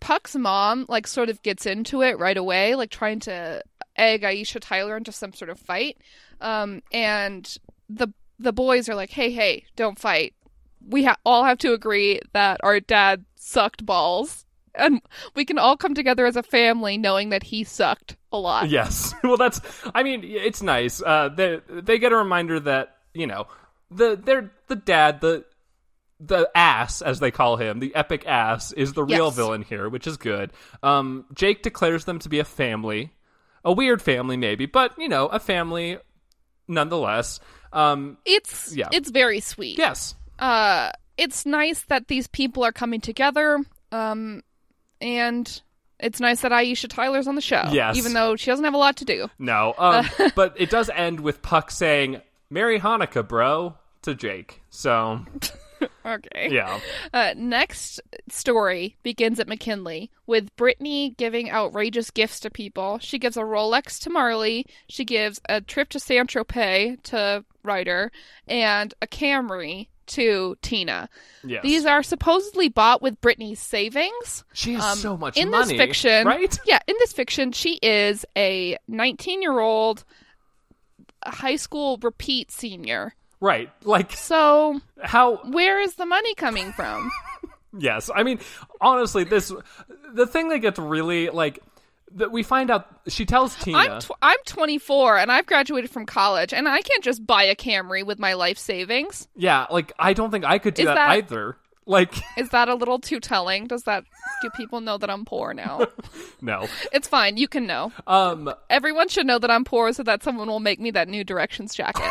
S2: Puck's mom, like, sort of gets into it right away, like, trying to egg Aisha Tyler into some sort of fight. Um, and the the boys are like, "Hey, hey, don't fight. We ha- all have to agree that our dad sucked balls, and we can all come together as a family, knowing that he sucked a lot."
S1: Yes. Well, that's. I mean, it's nice. Uh, they they get a reminder that you know the they're the dad the the ass as they call him the epic ass is the real
S2: Yes.
S1: villain here, which is good. Um, Jake declares them to be a family, a weird family maybe, but you know a family nonetheless. Um,
S2: It's
S1: Yeah.
S2: it's very sweet.
S1: yes.
S2: uh, it's nice that these people are coming together. Um, and it's nice that Aisha Tyler's on the show.
S1: Yes.
S2: Even though she doesn't have a lot to do.
S1: No. Um,
S2: Uh,
S1: but it does end with Puck saying "Merry Hanukkah, bro" to Jake. So
S2: Okay.
S1: yeah.
S2: Uh, next story begins at McKinley with Brittany giving outrageous gifts to people. She gives a Rolex to Marley. She gives a trip to San Tropez to Ryder and a Camry to Tina.
S1: Yes.
S2: These are supposedly bought with Brittany's savings.
S1: She has
S2: Um,
S1: so much
S2: in
S1: money.
S2: this fiction,
S1: right?
S2: Yeah, in this fiction, she is a 19-year-old high school repeat senior.
S1: Right. Like
S2: So,
S1: how
S2: where is the money coming from?
S1: yes. I mean, honestly, this the thing that gets really like that we find out she tells Tina
S2: I'm tw- I'm 24 and I've graduated from college and I can't just buy a Camry with my life savings.
S1: Yeah, like I don't think I could do
S2: Is
S1: that,
S2: that-
S1: either. Like
S2: Is that a little too telling? Does that do people know that I'm poor now?
S1: no.
S2: it's fine, you can know.
S1: Um
S2: Everyone should know that I'm poor so that someone will make me that new directions jacket.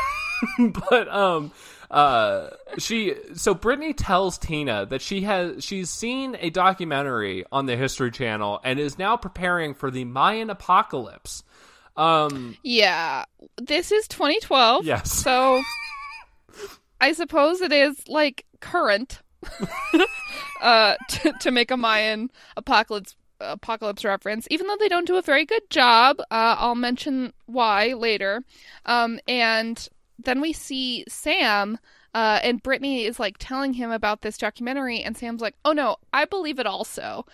S1: but um uh she so Brittany tells Tina that she has she's seen a documentary on the History Channel and is now preparing for the Mayan apocalypse. Um
S2: yeah. This is 2012.
S1: yes.
S2: So I suppose it is like current uh, to, to make a Mayan apocalypse apocalypse reference even though they don't do a very good job uh, i'll mention why later um, and then we see sam uh, and brittany is like telling him about this documentary and sam's like oh no i believe it also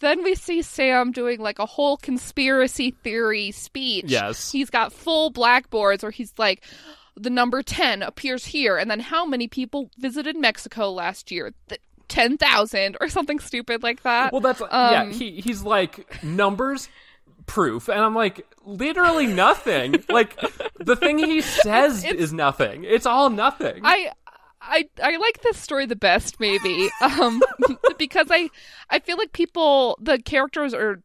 S2: then we see sam doing like a whole conspiracy theory speech
S1: Yes.
S2: he's got full blackboards where he's like the number 10 appears here and then how many people visited mexico last year Th 10,000 or something stupid like that
S1: Well, that's yeah.
S2: Um,
S1: He he's like numbers proof, and I'm like literally nothing. like the thing he says is nothing. It's all nothing.
S2: I I I like this story the best maybe. Um because I I feel like people the characters are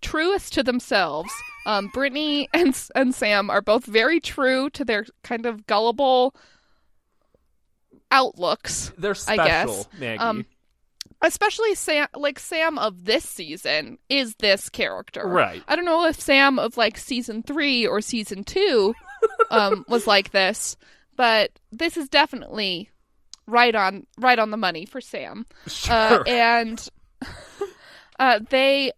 S2: truest to themselves. Um Brittany and and Sam are both very true to their kind of gullible outlooks.
S1: They're
S2: I
S1: special,
S2: guess.
S1: Maggie.
S2: Um, Especially Sam like Sam of this season is this character.
S1: Right.
S2: I don't know if Sam of like season 3 or season 2 um, was like this, but this is definitely right on right on the money for Sam. Uh,
S1: Sure.
S2: and uh, they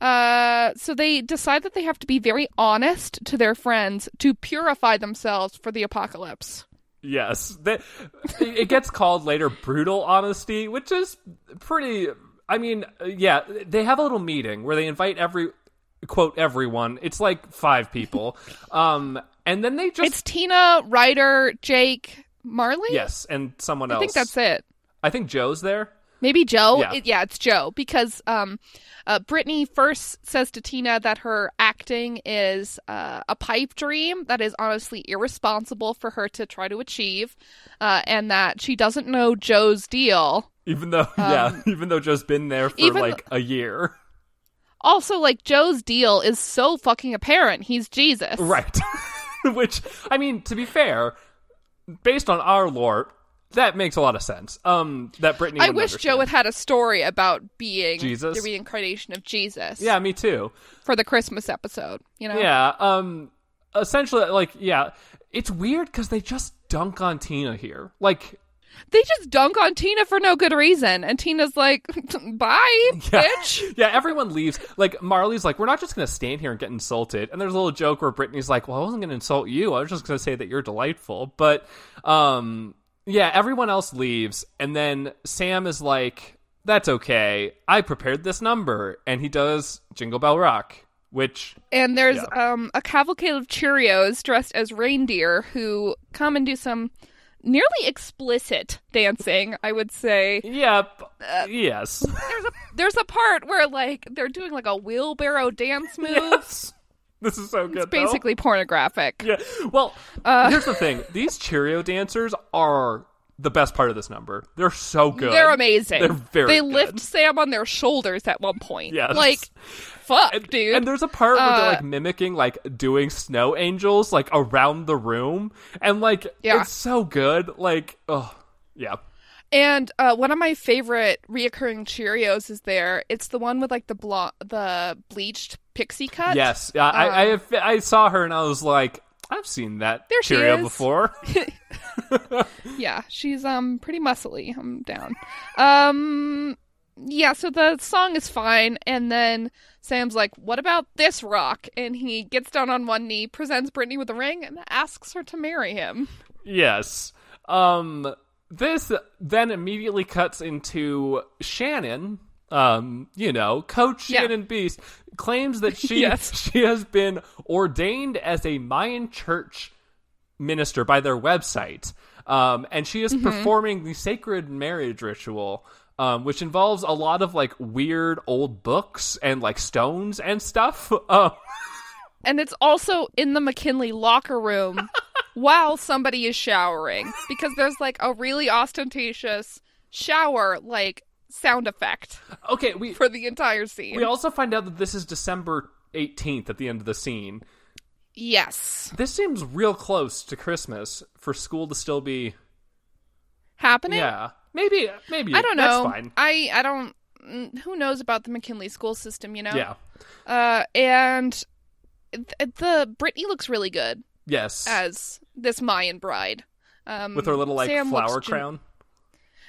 S2: uh, so they decide that they have to be very honest to their friends to purify themselves for the apocalypse.
S1: yes. That, it gets called later brutal honesty, which is pretty. I mean, yeah, they have a little meeting where they invite every quote everyone. It's like five people, um, and then they just
S2: It's Tina, Ryder, Jake, Marley.
S1: yes, and someone
S2: I
S1: else.
S2: think that's it.
S1: I think Joe's there.
S2: Maybe Joe.
S1: Yeah.
S2: It- yeah, it's Joe because um, uh, Brittany first says to Tina that her acting is uh, a pipe dream that is honestly irresponsible for her to try to achieve, uh, and that she doesn't know Joe's deal.
S1: Even though, yeah, even though Joe's been there for
S2: Um, even-
S1: like a year,
S2: Also, like Joe's deal is so fucking apparent. He's Jesus,
S1: right? Which, I mean, to be fair, based on our lore, that makes a lot of sense. Um, that Brittany.
S2: I
S1: would
S2: wish Joe
S1: understand.
S2: had had a story about being
S1: Jesus?
S2: the reincarnation of Jesus.
S1: Yeah, me too.
S2: for the Christmas episode. You know,
S1: Yeah. Um. Essentially, like, yeah, it's weird because they just dunk on Tina here. Like,
S2: they just dunk on Tina for no good reason, and Tina's like, "Bye,
S1: yeah,
S2: bitch."
S1: yeah, everyone leaves. Like, Marley's like, we're not just gonna stand here and get insulted. And there's a little joke where Brittany's like, well, I wasn't gonna insult you. I was just gonna say that you're delightful. But, um, yeah, everyone else leaves, and then Sam is like, that's okay. I prepared this number, and he does Jingle Bell Rock, which
S2: And there's um, a cavalcade of Cheerios dressed as reindeer who come and do some nearly explicit dancing. I would say
S1: Yep.
S2: Uh,
S1: yes.
S2: there's a part where like they're doing like a wheelbarrow dance move.
S1: yes. This is so good.
S2: It's
S1: though.
S2: basically Uh. pornographic.
S1: Oh. Yeah. Well, here's the thing. These Cheerio dancers are the best part of this number. They're so good.
S2: They're amazing.
S1: They're very
S2: They
S1: good.
S2: lift Sam on their shoulders at one point.
S1: Yes.
S2: Like, fuck,
S1: And,
S2: dude.
S1: and there's a part where they're
S2: Uh,
S1: like mimicking like doing snow angels like around the room and like
S2: Yeah.
S1: it's so good. Like oh yeah.
S2: And uh, one of my favorite reoccurring Cheerios is there. It's the one with like the blo- the bleached pixie cut.
S1: Yes. I I, I, have- I saw her and I was like I've seen that
S2: Uh, There she
S1: Cheerio
S2: is.
S1: before.
S2: Yeah, she's um pretty muscly. I'm down. um, yeah. So the song is fine, and then Sam's like, "What about this rock?" And he gets down on one knee, presents Brittany with a ring, and asks her to marry him.
S1: Yes. Um this then immediately cuts into Shannon, um, you know, coach
S2: Yeah.
S1: Shannon Beast claims that she
S2: Yes.
S1: she has been ordained as a Mayan church minister by their website. Um, and she is performing the sacred marriage ritual, um, which involves a lot of like weird old books and like stones and stuff. Um,
S2: And it's also in the McKinley locker room while somebody is showering because there's like a really ostentatious shower like sound effect
S1: okay, we
S2: for the entire scene.
S1: we also find out that this is December 18th at the end of the scene.
S2: yes.
S1: This seems real close to Christmas for school to still be.
S2: Happening?
S1: Yeah, maybe, maybe.
S2: I don't know.
S1: That's fine.
S2: I I don't mm, who knows about the McKinley school system, you know?
S1: Yeah.
S2: Uh and th- the Brittany looks really good
S1: Yes.
S2: as this Mayan bride. Um,
S1: With her little like
S2: Sam looks
S1: flower
S2: gen-
S1: crown.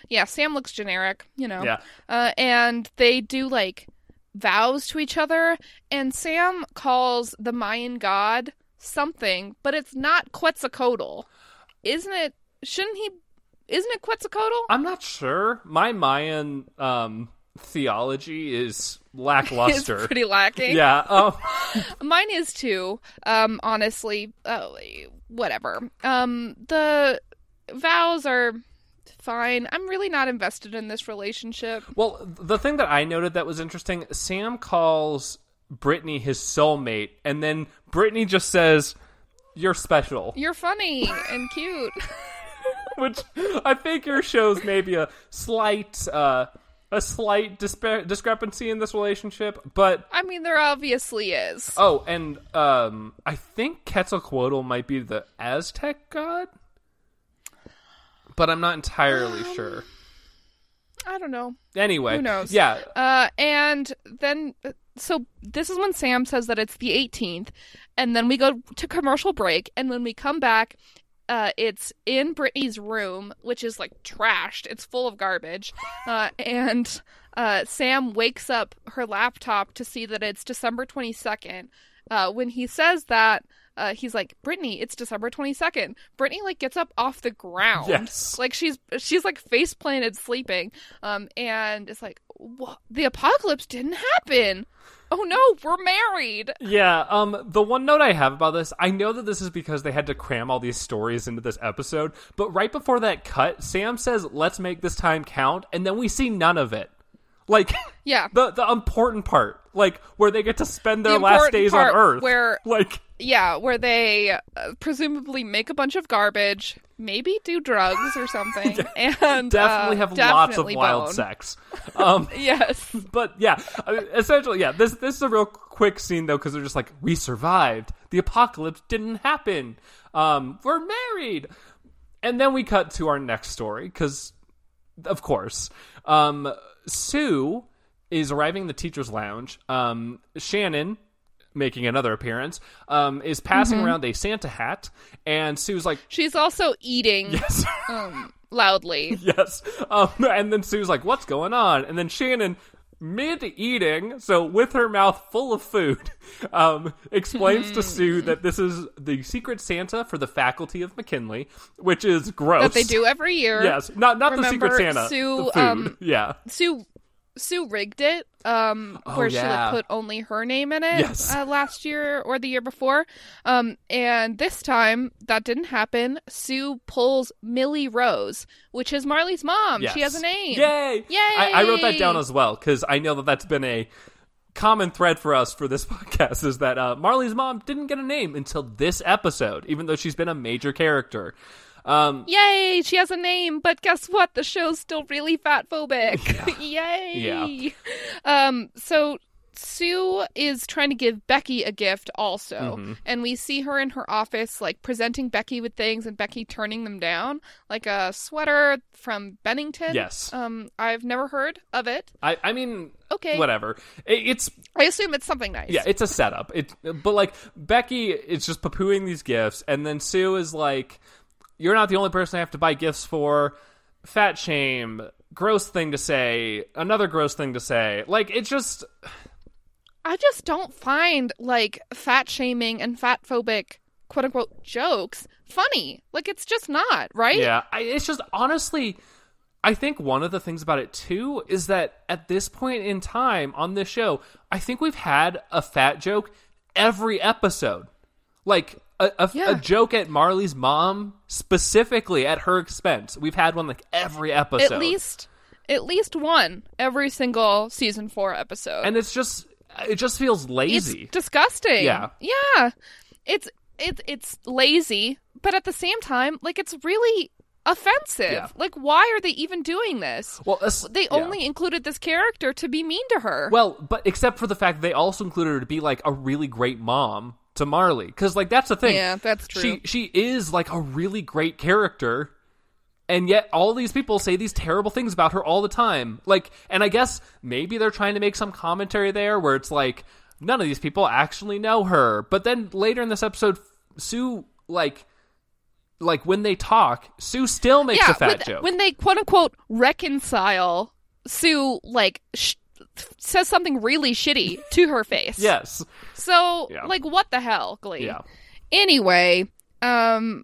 S2: Yeah, Sam looks generic, you know.
S1: Yeah.
S2: Uh, and they do like vows to each other, and Sam calls the Mayan god something, but it's not Quetzalcoatl. Isn't it? Shouldn't he? Isn't it Quetzalcoatl?
S1: I'm not sure. My Mayan um, theology is
S2: It's
S1: lackluster.
S2: pretty lacking.
S1: yeah. Um,
S2: Mine is too. Um, honestly, uh, whatever. Um, the vows are fine. I'm really not invested in this relationship.
S1: well, the thing that I noted that was interesting, Sam calls Brittany his soulmate, and then Brittany just says, "You're special."
S2: You're funny and cute.
S1: which I figure shows maybe a slight uh, a slight dispa- discrepancy in this relationship. But
S2: I mean, there obviously is.
S1: oh, and um, I think Quetzalcoatl might be the Aztec god, but I'm not entirely sure.
S2: I don't know.
S1: Anyway,
S2: Um, who knows?
S1: Yeah,
S2: Uh, and then uh, so this is when Sam says that it's the 18th, and then we go to commercial break, and when we come back, uh, it's in Brittany's room, which is like trashed. It's full of garbage, uh, and uh, Sam wakes up her laptop to see that it's December 22nd. Uh, when he says that, uh, he's like, "Brittany, it's December 22nd." Brittany like gets up off the ground.
S1: Yes.
S2: Like she's she's like face planted sleeping. Um, and it's like "Wha- the apocalypse didn't happen. Oh no, we're married.
S1: Yeah, um the one note I have about this, I know that this is because they had to cram all these stories into this episode, but right before that cut, Sam says, "Let's make this time count," and then we see none of it. Like
S2: Yeah.
S1: the the important part, like where they get to spend their
S2: The
S1: last
S2: important
S1: days on
S2: part
S1: earth.
S2: where-
S1: like
S2: Yeah, where they uh, presumably make a bunch of garbage, maybe do drugs or something, and
S1: definitely
S2: uh,
S1: have lots of
S2: definitely
S1: wild
S2: bone.
S1: sex. Um
S2: Yes,
S1: but yeah, I mean, essentially, yeah. This this is a real quick scene though, because they're just like, we survived. The apocalypse didn't happen. Um, we're married, and then we cut to our next story because, of course, um, Sue is arriving in the teachers' lounge. Um, Shannon. Making another appearance, um, is passing around a Santa hat, and Sue's like,
S2: she's also eating
S1: "Yes,
S2: um, loudly.
S1: Yes. Um, and then Sue's like, what's going on? And then Shannon, mid eating, so with her mouth full of food, um, explains
S2: Hmm.
S1: to Sue that this is the secret Santa for the faculty of McKinley, which is gross.
S2: That they do every year.
S1: Yes. Not, not the
S2: Remember
S1: secret Santa.
S2: Sue,
S1: the food.
S2: um,
S1: yeah.
S2: Sue Sue rigged it, um,
S1: Oh,
S2: where
S1: yeah.
S2: she like, put only her name in it
S1: Yes.
S2: uh, last year or the year before, um, and this time that didn't happen. Sue pulls Millie Rose, which is Marley's mom. She
S1: Yes.
S2: has a name.
S1: Yay!
S2: Yay!
S1: I, I wrote that down as well because I know that that's been a common thread for us for this podcast is that uh, Marley's mom didn't get a name until this episode, even though she's been a major character. Um,
S2: Yay! She has a name, but guess what? The show's still really fat phobic. Yay! Um. So Sue is trying to give Becky a gift also,
S1: Mm-hmm.
S2: and we see her in her office, like presenting Becky with things, and Becky turning them down, like a sweater from Bennington.
S1: Yes.
S2: Um. I've never heard of it.
S1: I, I mean,
S2: Okay.
S1: whatever. It, it's
S2: I assume it's something nice.
S1: yeah, it's a setup. It, but like Becky is just poo pooing these gifts, and then Sue is like, "You're not the only person I have to buy gifts for." Fat shame, gross thing to say. Another gross thing to say. Like it just
S2: I just don't find like fat shaming and fat phobic quote unquote jokes funny. Like it's just not right.
S1: Yeah, I, it's just honestly, I think one of the things about it too is that at this point in time on this show, I think we've had a fat joke every episode, like a, a,
S2: Yeah.
S1: a joke at Marley's mom specifically at her expense. We've had one like every episode,
S2: at least at least one every single season four episode.
S1: and it's just it just feels
S2: it's
S1: lazy.
S2: disgusting.
S1: Yeah.
S2: yeah. It's it's it's lazy, but at the same time, like it's really offensive.
S1: Yeah.
S2: Like, why are they even doing this?
S1: well, it's-
S2: They
S1: yeah.
S2: only included this character to be mean to her.
S1: Well, but except for the fact they also included her to be like a really great mom to Marley, because like that's the thing.
S2: Yeah, that's true.
S1: She she is like a really great character, and yet all these people say these terrible things about her all the time. Like, and I guess maybe they're trying to make some commentary there where it's like none of these people actually know her. But then later in this episode, Sue like like when they talk, Sue still makes
S2: yeah,
S1: a fat
S2: when,
S1: joke.
S2: when they quote unquote reconcile, Sue like sh- says something really shitty to her face.
S1: yes.
S2: So
S1: Yeah.
S2: like, what the hell, Glee?
S1: Yeah.
S2: anyway, um,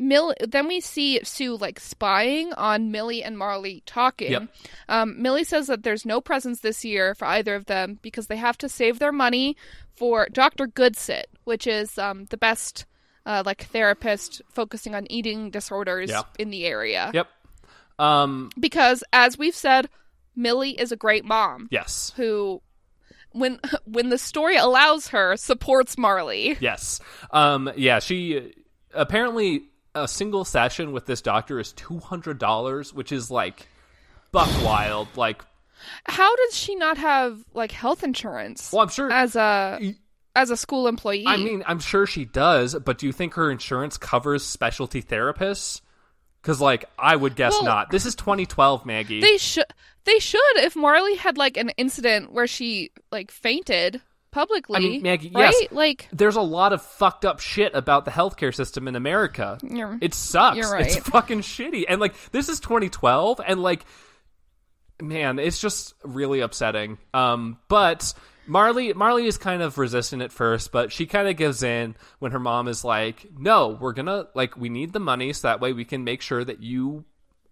S2: Mill. Then we see Sue like spying on Millie and Marley talking.
S1: Yep.
S2: Um, Millie says that there's no presents this year for either of them because they have to save their money for Doctor Goodsit, which is um the best. Uh, like therapist focusing on eating disorders
S1: Yeah.
S2: in the area
S1: Yep. Um
S2: because as we've said millie is a great mom
S1: yes.
S2: who when when the story allows her supports marley
S1: Yes. Um, yeah, she apparently a single session with this doctor is $200, which is like buck wild. Like,
S2: how does she not have like health insurance
S1: well, I'm sure
S2: as a as a school employee?
S1: I mean, I'm sure she does, but do you think her insurance covers specialty therapists? Because like I would guess
S2: Well-
S1: not. This is 2012, Maggie.
S2: They should. They should. If Marley had like an incident where she like fainted publicly,
S1: I mean, Maggie,
S2: right?
S1: yes.
S2: Like,
S1: There's a lot of fucked up shit about the healthcare system in America.
S2: You're-
S1: it sucks.
S2: Mm-hmm. you're right.
S1: It's fucking shitty. And like this is 2012 and like man, it's just really upsetting. Um but Marley Marley is kind of resistant at first, but she kind of gives in when her mom is like, "No, we're going to like we need the money so that way we can make sure that you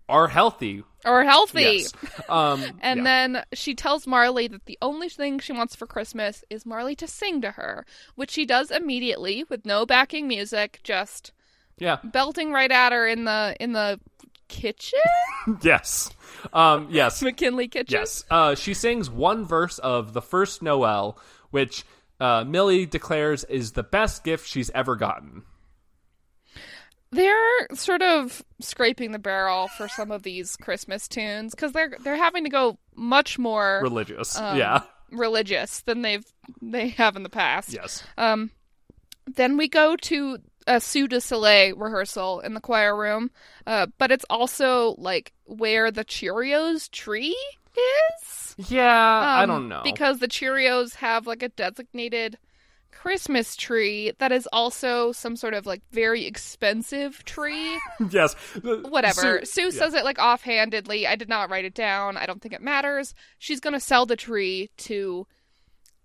S1: are healthy."
S2: or healthy.
S1: Yes. Um
S2: And
S1: yeah.
S2: then she tells Marley that the only thing she wants for Christmas is Marley to sing to her, which she does immediately with no backing music, just
S1: yeah.
S2: belting right at her in the in the kitchen,
S1: Yes. Um yes.
S2: McKinley kitchen.
S1: Yes. Uh, she sings one verse of the first Noel, which uh, Millie declares is the best gift she's ever gotten.
S2: They're sort of scraping the barrel for some of these Christmas tunes because they're they're having to go much more
S1: Religious.
S2: um,
S1: yeah.
S2: religious than they've they have in the past.
S1: Yes.
S2: Um, then we go to a Sue de Soleil rehearsal in the choir room, uh, but it's also like where the Cheerios tree is.
S1: Yeah. I
S2: Um,
S1: don't know.
S2: because the Cheerios have like a designated Christmas tree that is also some sort of like very expensive tree.
S1: yes.
S2: Whatever.
S1: So-
S2: Sue says it like offhandedly. I did not write it down. I don't think it matters. She's going to sell the tree to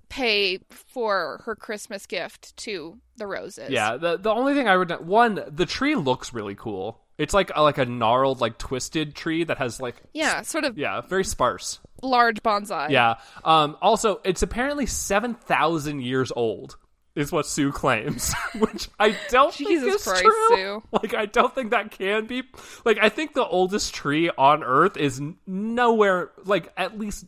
S2: pay for her Christmas gift to the roses.
S1: Yeah. The the only thing I would one the tree looks really cool. It's like a, like a gnarled, like twisted tree that has like
S2: Yeah, sort of
S1: yeah, very sparse.
S2: large bonsai.
S1: Yeah. Um, also, it's apparently 7,000 years old, is what Sue claims, which I don't think
S2: Jesus
S1: is
S2: Christ,
S1: true.
S2: Sue.
S1: Like, I don't think that can be. Like, I think the oldest tree on Earth is n- nowhere, like, at least,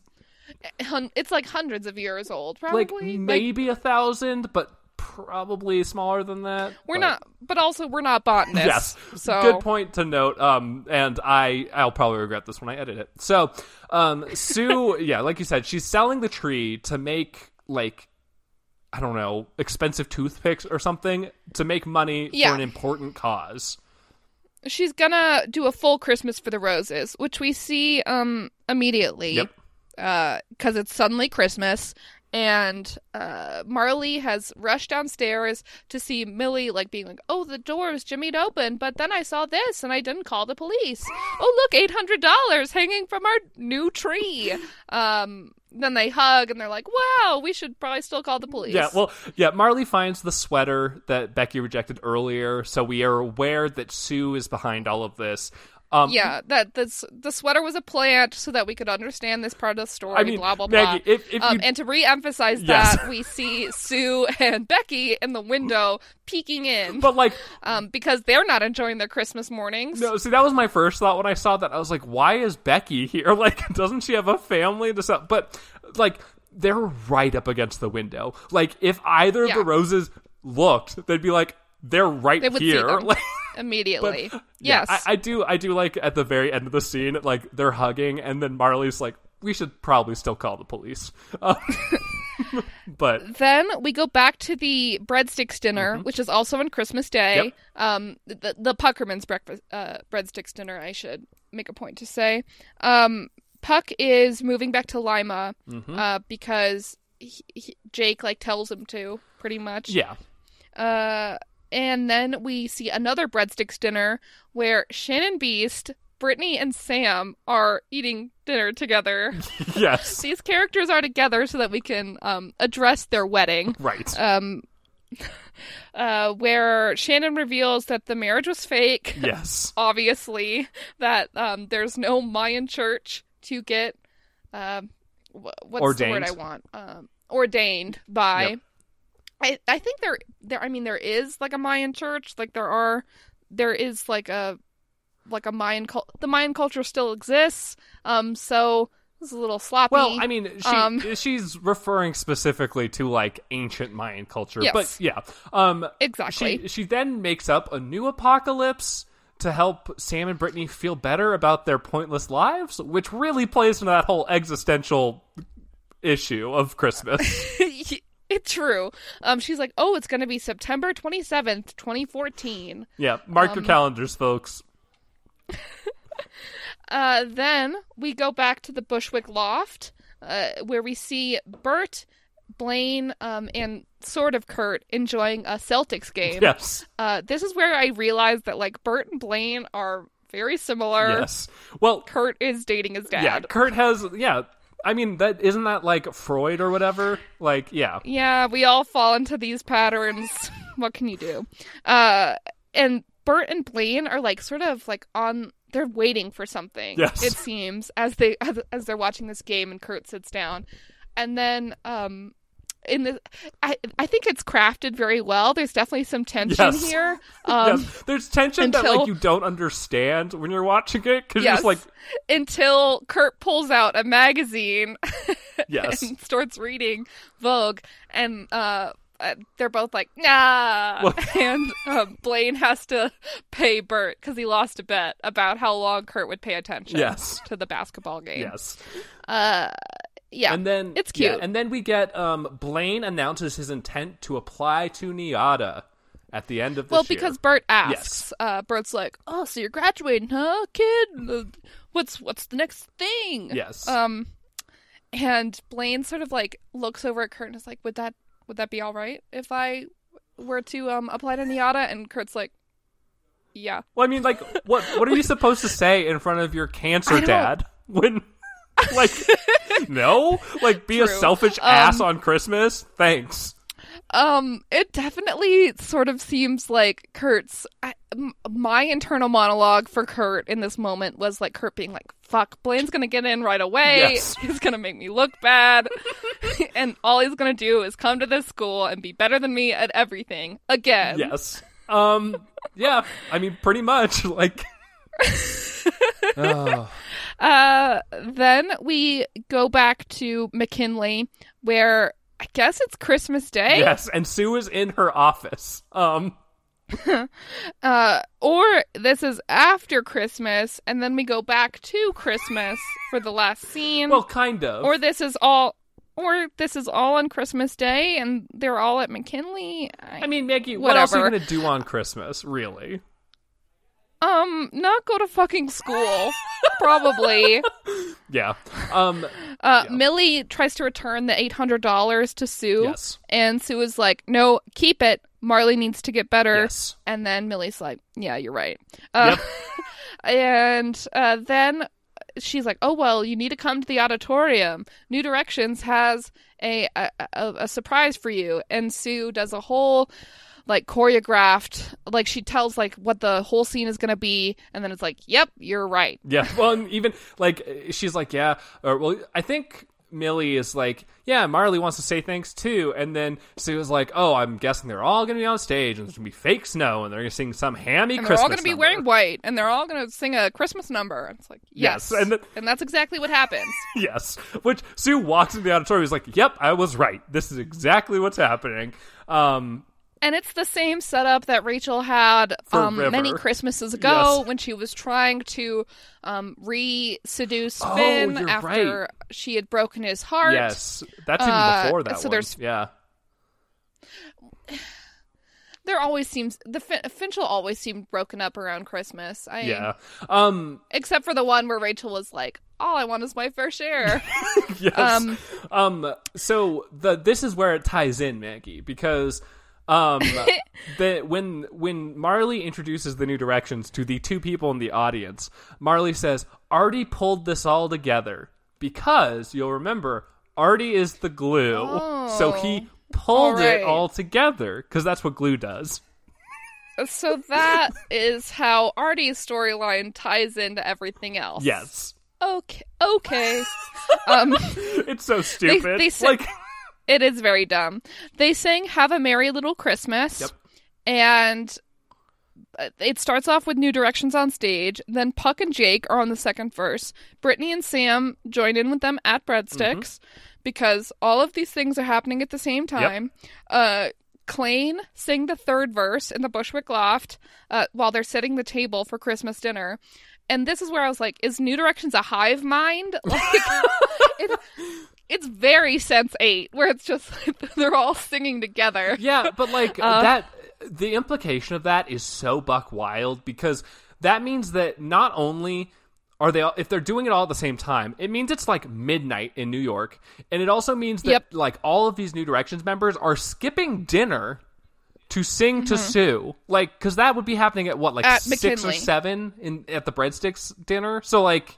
S2: Hun- It's like hundreds of years old,
S1: like,
S2: probably.
S1: maybe a thousand, but probably smaller than that.
S2: we're
S1: But-
S2: not, but also we're not botanists.
S1: Yes.
S2: So
S1: Good point to note. Um, and I I'll probably regret this when I edit it. So, um, Sue, yeah, like you said, she's selling the tree to make like I don't know expensive toothpicks or something to make money
S2: Yeah.
S1: for an important cause.
S2: she's gonna do a full Christmas for the roses, which we see um immediately.
S1: Yep.
S2: Because it's suddenly Christmas, and uh, Marley has rushed downstairs to see Millie, like being like, "Oh, the door was jimmied open, but then I saw this, and I didn't call the police. Oh, look, eight hundred dollars hanging from our new tree." Um, then they hug, and they're like, "Wow, we should probably still call the police."
S1: Yeah, well, yeah. Marley finds the sweater that Becky rejected earlier, so we are aware that Sue is behind all of this. Um,
S2: yeah, that this the sweater was a plant so that we could understand this part of the story.
S1: I mean,
S2: blah blah blah.
S1: Maggie, if, if
S2: Um,
S1: you
S2: and to re-emphasize
S1: Yes.
S2: that, we see Sue and Becky in the window peeking in,
S1: but like
S2: um, because they're not enjoying their Christmas mornings.
S1: No, see, that was my first thought when I saw that. I was like, why is Becky here? Like, doesn't she have a family to sell? But, like, they're right up against the window. Like, if either of
S2: Yeah.
S1: the roses looked, they'd be like, they're right
S2: They would see
S1: here.
S2: them.
S1: Like,
S2: immediately.
S1: yeah,
S2: yes,
S1: I, I do, I do like at the very end of the scene, like, they're hugging, and then Marley's like, we should probably still call the police. Uh, but,
S2: then we go back to the breadsticks dinner, which is also on Christmas Day.
S1: Mm-hmm. Yep.
S2: Um, the, the Puckerman's breakfast uh, breadsticks dinner. I should make a point to say. Um, Puck is moving back to Lima
S1: Mm-hmm.
S2: uh, because he, he, Jake like tells him to pretty much.
S1: yeah.
S2: Uh, and then we see another breadsticks dinner where Shannon Beast, Brittany, and Sam are eating dinner together.
S1: Yes.
S2: These characters are together so that we can um, address their wedding.
S1: Right.
S2: Um, uh, where Shannon reveals that the marriage was fake,
S1: yes.
S2: obviously, that um, there's no Mayan church to get um, wh- what's the word
S1: Ordained.
S2: I want? Um, ordained by.
S1: Yep.
S2: I, I think there there I mean there is like a Mayan church like there are there is like a like a Mayan cult the Mayan culture still exists um so this is a little sloppy
S1: Well, I mean, she,
S2: Um,
S1: she's referring specifically to like ancient Mayan culture,
S2: Yes.
S1: but yeah. Um,
S2: exactly
S1: she she then makes up a new apocalypse to help Sam and Brittany feel better about their pointless lives, which really plays into that whole existential issue of Christmas.
S2: it's true um she's like oh it's gonna be September twenty seventh twenty fourteen
S1: yeah, mark your calendars, folks.
S2: Uh, then we go back to the Bushwick loft, uh, where we see Bert, Blaine, um, and sort of Kurt enjoying a Celtics game.
S1: Yes.
S2: Uh, this is where I realized that like Bert and Blaine are very similar.
S1: Yes. Well,
S2: Kurt is dating his dad.
S1: yeah, Kurt has yeah. I mean, that isn't that like Freud or whatever? Like, yeah.
S2: Yeah, we all fall into these patterns. what can you do? Uh, and Bert and Blaine are like sort of like on. They're waiting for something.
S1: Yes.
S2: It seems as they as, as they're watching this game, and Kurt sits down, and then um. In the, I I think it's crafted very well. There's definitely some tension
S1: Yes.
S2: here. Um,
S1: yes. There's tension that
S2: until-
S1: like you don't understand when you're watching it because
S2: Yes.
S1: you're just
S2: until Kurt pulls out a magazine
S1: like, yes.
S2: and starts reading Vogue, and uh, uh, they're both like, nah.
S1: What?
S2: And uh, Blaine has to pay Bert because he lost a bet about how long Kurt would pay attention
S1: Yes.
S2: to the basketball game.
S1: Yes.
S2: Uh, yeah.
S1: And then
S2: It's
S1: yeah,
S2: cute.
S1: and then we get um Blaine announces his intent to apply to Niata at the end of this
S2: well,
S1: year.
S2: because Bert asks, uh, Bert's like, "Oh, so you're graduating, huh, kid? Uh, What's what's the next thing?"
S1: Yes.
S2: Um, and Blaine sort of like looks over at Kurt and is like, "Would that would that be all right if I were to um apply to Niata?" And Kurt's like, "Yeah,
S1: Well, I mean, like, what what are you supposed to say in front of your
S2: I
S1: cancer
S2: don't-
S1: dad when, like, no, like, be a
S2: True.
S1: selfish
S2: Um,
S1: ass on Christmas? Thanks.
S2: Um, it definitely sort of seems like Kurt's. I, m- my internal monologue for Kurt in this moment was like Kurt being like, "Fuck, Blaine's gonna get in right away.
S1: Yes.
S2: He's gonna make me look bad, and all he's gonna do is come to this school and be better than me at everything again."
S1: yes. Um. Yeah. I mean, pretty much. Like. Oh,
S2: Uh, then we go back to McKinley, where I guess it's Christmas Day.
S1: yes, and Sue is in her office. Um.
S2: Uh, or this is after Christmas, and then we go back to Christmas for the last scene.
S1: Well, kind of.
S2: or this is all, or this is all on Christmas Day, and they're all at McKinley.
S1: I mean, Maggie, what else are you
S2: whatever.
S1: gonna do on Christmas, really?
S2: um, not go to fucking school, probably.
S1: Yeah. Um.
S2: Uh,
S1: Yeah.
S2: Millie tries to return the eight hundred dollars to Sue,
S1: Yes.
S2: and Sue is like, "No, keep it. Marley needs to get better."
S1: Yes.
S2: And then Millie's like, "Yeah, you're right." Uh, and uh, then she's like, "Oh well, you need to come to the auditorium. New Directions has a a, a, a surprise for you." And Sue does a whole like choreographed like she tells like what the whole scene is going to be and then it's like yep you're right
S1: Yeah. Well, and even like she's like, yeah, or well, I think Millie is like, yeah, Marley wants to say thanks too, and then Sue is like, oh, I'm guessing they're all gonna be on stage and it's gonna be fake snow and they're gonna sing some hammy
S2: and they're
S1: Christmas.
S2: all going to be
S1: number.
S2: wearing white and they're all going to sing a christmas number And it's like yes,
S1: Yes, and the-
S2: and that's exactly what happens
S1: yes. Which Sue walks into the auditorium. Is like, yep, I was right. This is exactly what's happening. Um,
S2: And it's the same setup that Rachel had
S1: For
S2: um,
S1: River.
S2: many Christmases ago
S1: Yes.
S2: when she was trying to um, re seduce
S1: Oh,
S2: Finn
S1: you're
S2: after
S1: right.
S2: she had broken his heart.
S1: yes, that's even
S2: Uh,
S1: before that
S2: so
S1: one.
S2: there's-
S1: Yeah.
S2: There always seems the fin- Finchel always seemed broken up around Christmas. I,
S1: Yeah. Um.
S2: except for the one where Rachel was like, "All I want is my fair share."
S1: yes.
S2: Um,
S1: Um, so the this is where it ties in, Maggie, because um the when when Marley introduces the new directions to the two people in the audience, Marley says, Artie pulled this all together because you'll remember Artie is the glue. so he pulled
S2: Oh. alright.
S1: it all together because that's what glue does.
S2: so that is how Artie's storyline ties into everything else.
S1: Yes.
S2: Okay. Okay. um.
S1: It's so stupid.
S2: they said-
S1: like
S2: It is very dumb. They sang "Have a Merry Little Christmas,"
S1: Yep.
S2: and uh, it starts off with New Directions on stage. Then Puck and Jake are on the second verse. Brittany and Sam join in with them at Breadsticks because all of these things are happening at the same time. Uh, Klain sing the third verse in the Bushwick Loft uh, while they're setting the table for Christmas dinner. And this is where I was like, is New Directions a hive mind? Like, it, it's very Sense 8, where it's just like, they're all singing together.
S1: Yeah, but like
S2: Uh,
S1: that the implication of that is so buck wild because that means that not only are they all, if they're doing it all at the same time it means it's like midnight in new york and it also means that
S2: Yep.
S1: like all of these new directions members are skipping dinner to sing to sue like because that would be happening at what like
S2: Mm-hmm. At
S1: six or
S2: McKinley.
S1: seven in at the breadsticks dinner so like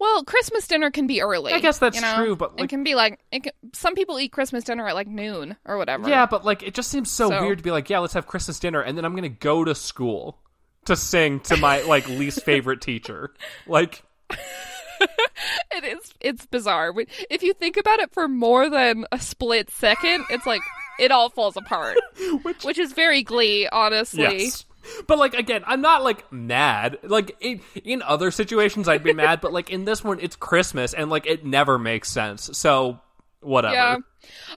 S2: Well, Christmas dinner can be early.
S1: I guess that's
S2: you know?
S1: true, but,
S2: it
S1: like-
S2: can be like it can, some people eat Christmas dinner at like noon or whatever.
S1: yeah but like it just seems so,
S2: So-
S1: weird to be like yeah let's have christmas dinner and then i'm gonna go to school to sing to my like least favorite teacher like
S2: it is. It's bizarre. We- If you think about it for more than a split second, it's like it all falls apart,
S1: Which-
S2: is very Glee, honestly.
S1: Yes. But like again, I'm not like mad. Like in, in other situations, I'd be mad, but like in this one, it's Christmas, and like it never makes sense. So whatever.
S2: Yeah.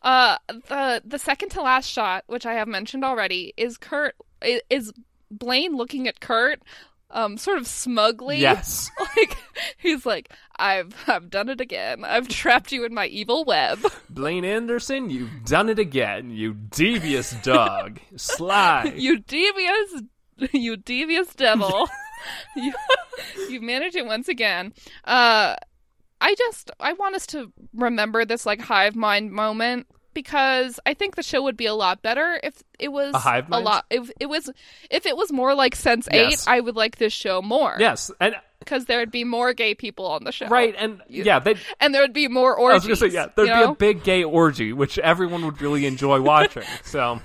S2: Uh, the the second to last shot, which I have mentioned already, is Kurt i- is Blaine looking at Kurt, um, sort of smugly.
S1: Yes.
S2: Like he's like, I've I've done it again. I've trapped you in my evil web.
S1: Blaine Anderson, you've done it again. You devious dog, sly.
S2: You devious, you devious devil. you, you manage it once again. Uh, I just I want us to remember this like hive mind moment because I think the show would be a lot better if it was
S1: A hive mind?
S2: lot. If it was if it was more like Sense
S1: Yes.
S2: Eight, I would like this show more.
S1: yes, and
S2: because there would be more gay people on the show,
S1: right, and yeah, they.
S2: And there would be more
S1: I
S2: orgies.
S1: was gonna say yeah, there'd
S2: you
S1: be
S2: know?
S1: a big gay orgy, which everyone would really enjoy watching. So,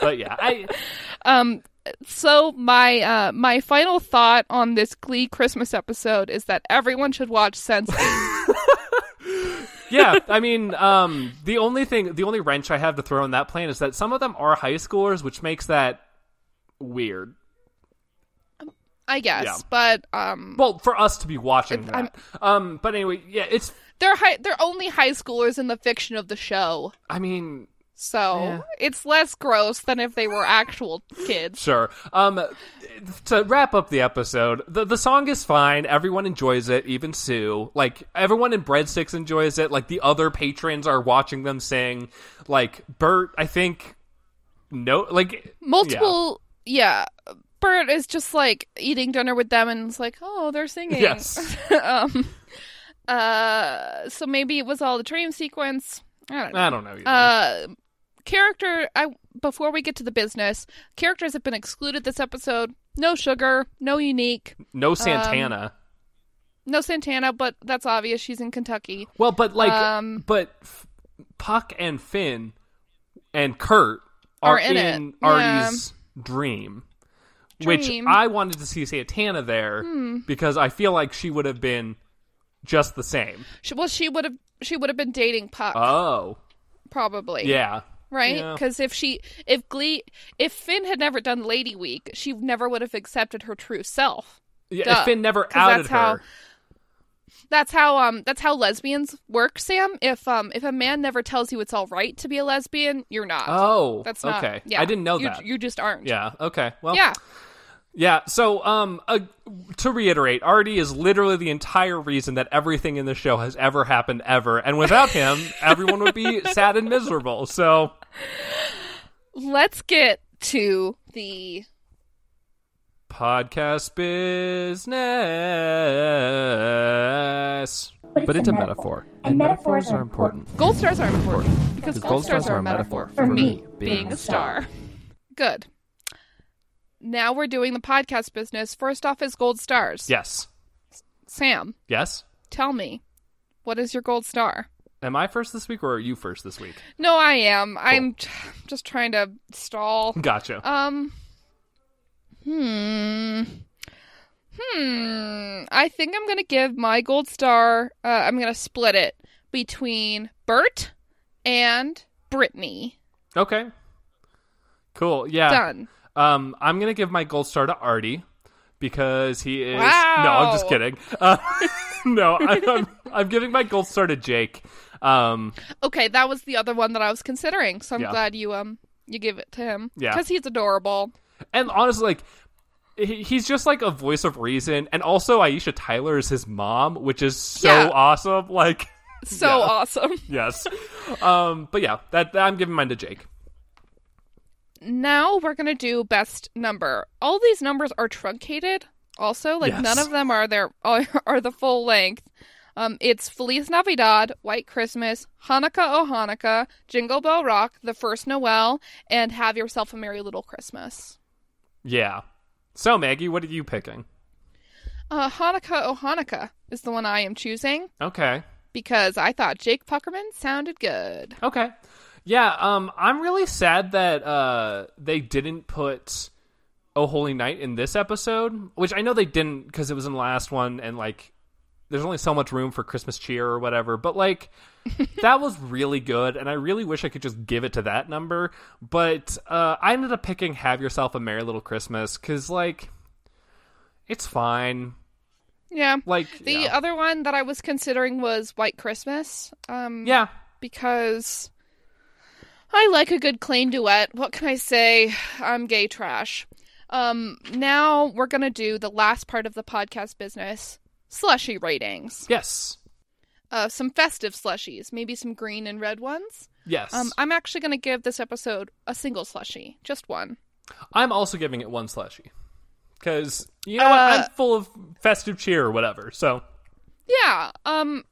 S1: but yeah, I
S2: Um so my uh my final thought on this Glee Christmas episode is that everyone should watch Sense eight.
S1: yeah, I mean, um, the only thing, the only wrench I have to throw in that plan is that some of them are high schoolers, which makes that weird.
S2: I guess,
S1: Yeah.
S2: but um
S1: Well, for us to be watching
S2: I'm-
S1: that. Um, but anyway, yeah, it's.
S2: they're high, they're only high schoolers in the fiction of the show.
S1: I mean,
S2: So,
S1: Yeah.
S2: it's less gross than if they were actual kids.
S1: sure. Um, to wrap up the episode, the the song is fine. Everyone enjoys it, even Sue. Like everyone in Breadsticks enjoys it. Like the other patrons are watching them sing. Like Bert, I think. No, like
S2: Multiple yeah. Bert is just like eating dinner with them and it's like, "Oh, they're singing."
S1: Yes.
S2: um uh so maybe it was all the dream sequence. I don't know.
S1: I don't know. either.
S2: Uh, character. I before we get to the business, characters have been excluded this episode. No sugar, no unique,
S1: no Santana.
S2: no Santana, but that's obvious. She's in Kentucky.
S1: Well, but like,
S2: Um,
S1: but F- Puck and Finn and Kurt are,
S2: Are
S1: in,
S2: in it.
S1: Artie's dream, which
S2: Dream. Hmm.
S1: I wanted to see Santana there because I feel like she would have been just the same.
S2: She, well, she would have she would have been dating Puck
S1: Oh,
S2: probably.
S1: yeah,
S2: Right?
S1: yeah.
S2: Because if she if Glee if Finn had never done Lady Week, she never would have accepted her true self.
S1: yeah.
S2: Duh.
S1: if Finn never
S2: 'Cause
S1: outed
S2: that's how-
S1: her.
S2: That's how um that's how lesbians work, Sam. If um if a man never tells you it's all right to be a lesbian, you're not.
S1: Oh,
S2: That's not
S1: okay.
S2: Yeah,
S1: I didn't know
S2: you,
S1: that.
S2: You just aren't.
S1: yeah. Okay. Well.
S2: Yeah.
S1: Yeah. So, um, uh, to reiterate, Artie is literally the entire reason that everything in the show has ever happened ever, and without him, everyone would be sad and miserable. So,
S2: Let's get to the
S1: podcast business. But, it's a metaphor, and metaphors are important.
S2: gold stars are important because gold, stars, are a metaphor, for me being a star. Good. Now we're doing the podcast business. First off is gold stars.
S1: Yes.
S2: Sam,
S1: Yes.
S2: tell me, what is your gold star?
S1: Am I first this week, or are you first this week?
S2: No, I am. I'm t- just trying to stall.
S1: Gotcha.
S2: Um. Hmm. Hmm. I think I'm gonna give my gold star. Uh, I'm gonna split it between Bert and Brittany.
S1: Okay. Cool. Yeah.
S2: Done.
S1: Um, I'm gonna give my gold star to Artie because he is.
S2: Wow.
S1: No, I'm just kidding. Uh, no, I, I'm I'm giving my gold star to Jake. Um,
S2: Okay, that was the other one that I was considering. So I'm
S1: Yeah.
S2: glad you um you give it to him.
S1: Yeah.
S2: because he's adorable.
S1: and honestly, like he, he's just like a voice of reason, and also Aisha Tyler is his mom, which is so
S2: Yeah.
S1: awesome. Like,
S2: So
S1: Yeah.
S2: awesome.
S1: yes. um, but yeah, that, that I'm giving mine to Jake.
S2: Now we're gonna do best number. All these numbers are truncated. also like
S1: Yes.
S2: none of them are their are, are the full length um it's feliz navidad white christmas hanukkah oh hanukkah jingle bell rock the first noel and have yourself a merry little christmas
S1: Yeah. So Maggie, what are you picking?
S2: uh hanukkah oh hanukkah is the one i am choosing
S1: Okay.
S2: because i thought jake puckerman sounded good
S1: Okay. Yeah, um I'm really sad that uh they didn't put Oh Holy Night in this episode, which I know they didn't because it was in the last one and like there's only so much room for Christmas cheer or whatever, but like that was really good and I really wish I could just give it to that number, but uh I ended up picking Have Yourself a Merry Little Christmas cuz like it's fine.
S2: yeah
S1: Like
S2: the um,
S1: yeah.
S2: other one that i was considering was white christmas um
S1: yeah.
S2: because I like a good clean duet. What can I say? I'm gay trash. Um, now we're gonna do the last part of the podcast business: slushy ratings.
S1: Yes.
S2: Uh, some festive slushies, maybe some green and red ones.
S1: Yes.
S2: Um, I'm actually gonna give this episode a single slushy, just one.
S1: I'm also giving it one slushy. Because, you know what?
S2: Uh,
S1: I'm full of festive cheer or whatever. So,
S2: Yeah. Um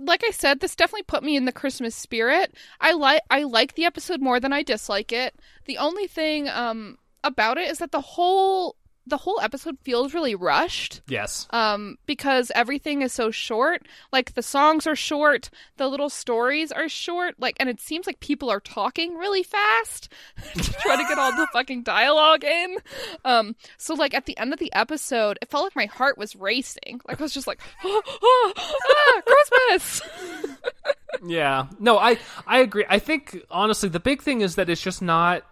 S2: like I said, this definitely put me in the Christmas spirit. I like I like the episode more than I dislike it. The only thing um about it is that the whole the whole episode feels really rushed
S1: yes.
S2: um because everything is so short. Like the songs are short, the little stories are short, like and it seems like people are talking really fast to try to get all the fucking dialogue in. Um so like at the end of the episode, it felt like my heart was racing. Like I was just like, "Ah, ah, ah, Christmas.
S1: Yeah. No, I, I agree. I think, honestly, the big thing is that it's just not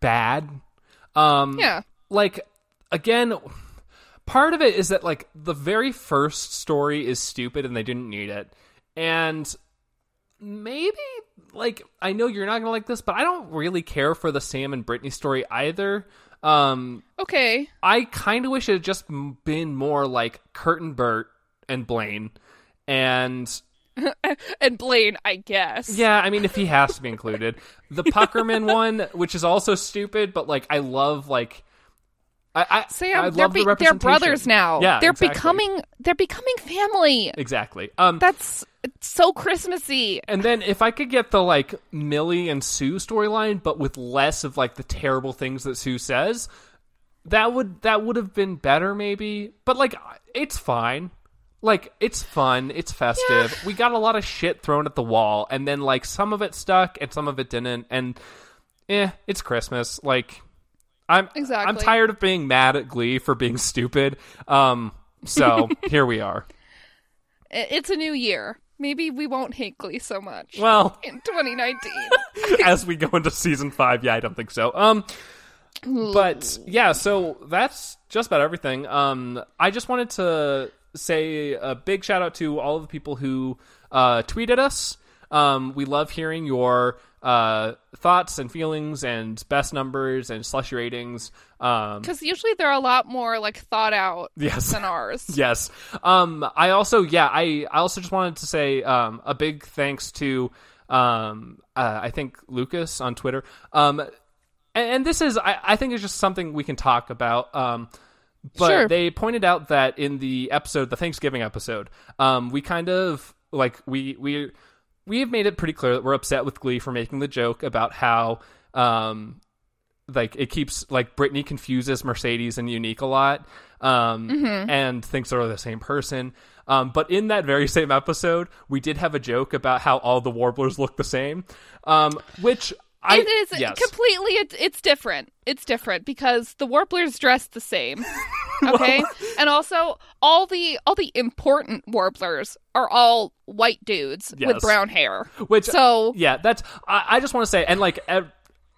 S1: bad. Um,
S2: yeah.
S1: Like, again, part of it is that, like, the very first story is stupid and they didn't need it. And maybe, like, I know you're not going to like this, but I don't really care for the Sam and Brittany story either. Um,
S2: Okay.
S1: I kind of wish it had just m- been more like Kurt and Bert and Blaine. And
S2: And Blaine, I guess.
S1: yeah, I mean, if he has to be included, the Puckerman one, which is also stupid, but like I love like I, I
S2: Sam,
S1: I
S2: they're,
S1: love
S2: be-
S1: the
S2: they're
S1: representation.
S2: brothers now.
S1: Yeah,
S2: they're
S1: exactly.
S2: becoming they're becoming family.
S1: exactly. Um,
S2: That's it's so Christmassy.
S1: and then if I could get the like Millie and Sue storyline, but with less of like the terrible things that Sue says, that would that would have been better, maybe. But like, it's fine. Like it's fun, it's festive. We got a lot of shit thrown at the wall, and then like some of it stuck and some of it didn't. And eh, it's Christmas. Like I'm I'm
S2: Exactly.
S1: tired of being mad at Glee for being stupid. Um, so here we are.
S2: I- It's a new year. Maybe we won't hate Glee so much
S1: Well,
S2: in 2019.
S1: as we go into season five. Yeah, I don't think so. Um, but yeah, so that's just about everything. Um, I just wanted to say a big shout out to all of the people who uh, tweeted us. Um, we love hearing your uh, thoughts and feelings and best numbers and slushy ratings. Um,
S2: Because usually they're a lot more like thought out
S1: yes.
S2: than ours.
S1: Yes. Um, I also, yeah, I, I also just wanted to say um, a big thanks to, um, uh, I think, Lucas on Twitter. Um, and, and this is, I, I think, is just something we can talk about. Um, but
S2: Sure.
S1: they pointed out that in the episode, the Thanksgiving episode, um, we kind of like we we we have made it pretty clear that we're upset with Glee for making the joke about how um, like it keeps like Brittany confuses Mercedes and Unique a lot, um,
S2: Mm-hmm.
S1: and thinks they're the same person. Um, but in that very same episode, we did have a joke about how all the warblers look the same, um, which I
S2: it is
S1: yes.
S2: completely. It, it's different. It's different because the warblers dress the same. Okay, and also all the all the important warblers are all white dudes
S1: Yes.
S2: with brown hair.
S1: Which-
S2: so
S1: yeah that's i, I just want to say and like ev-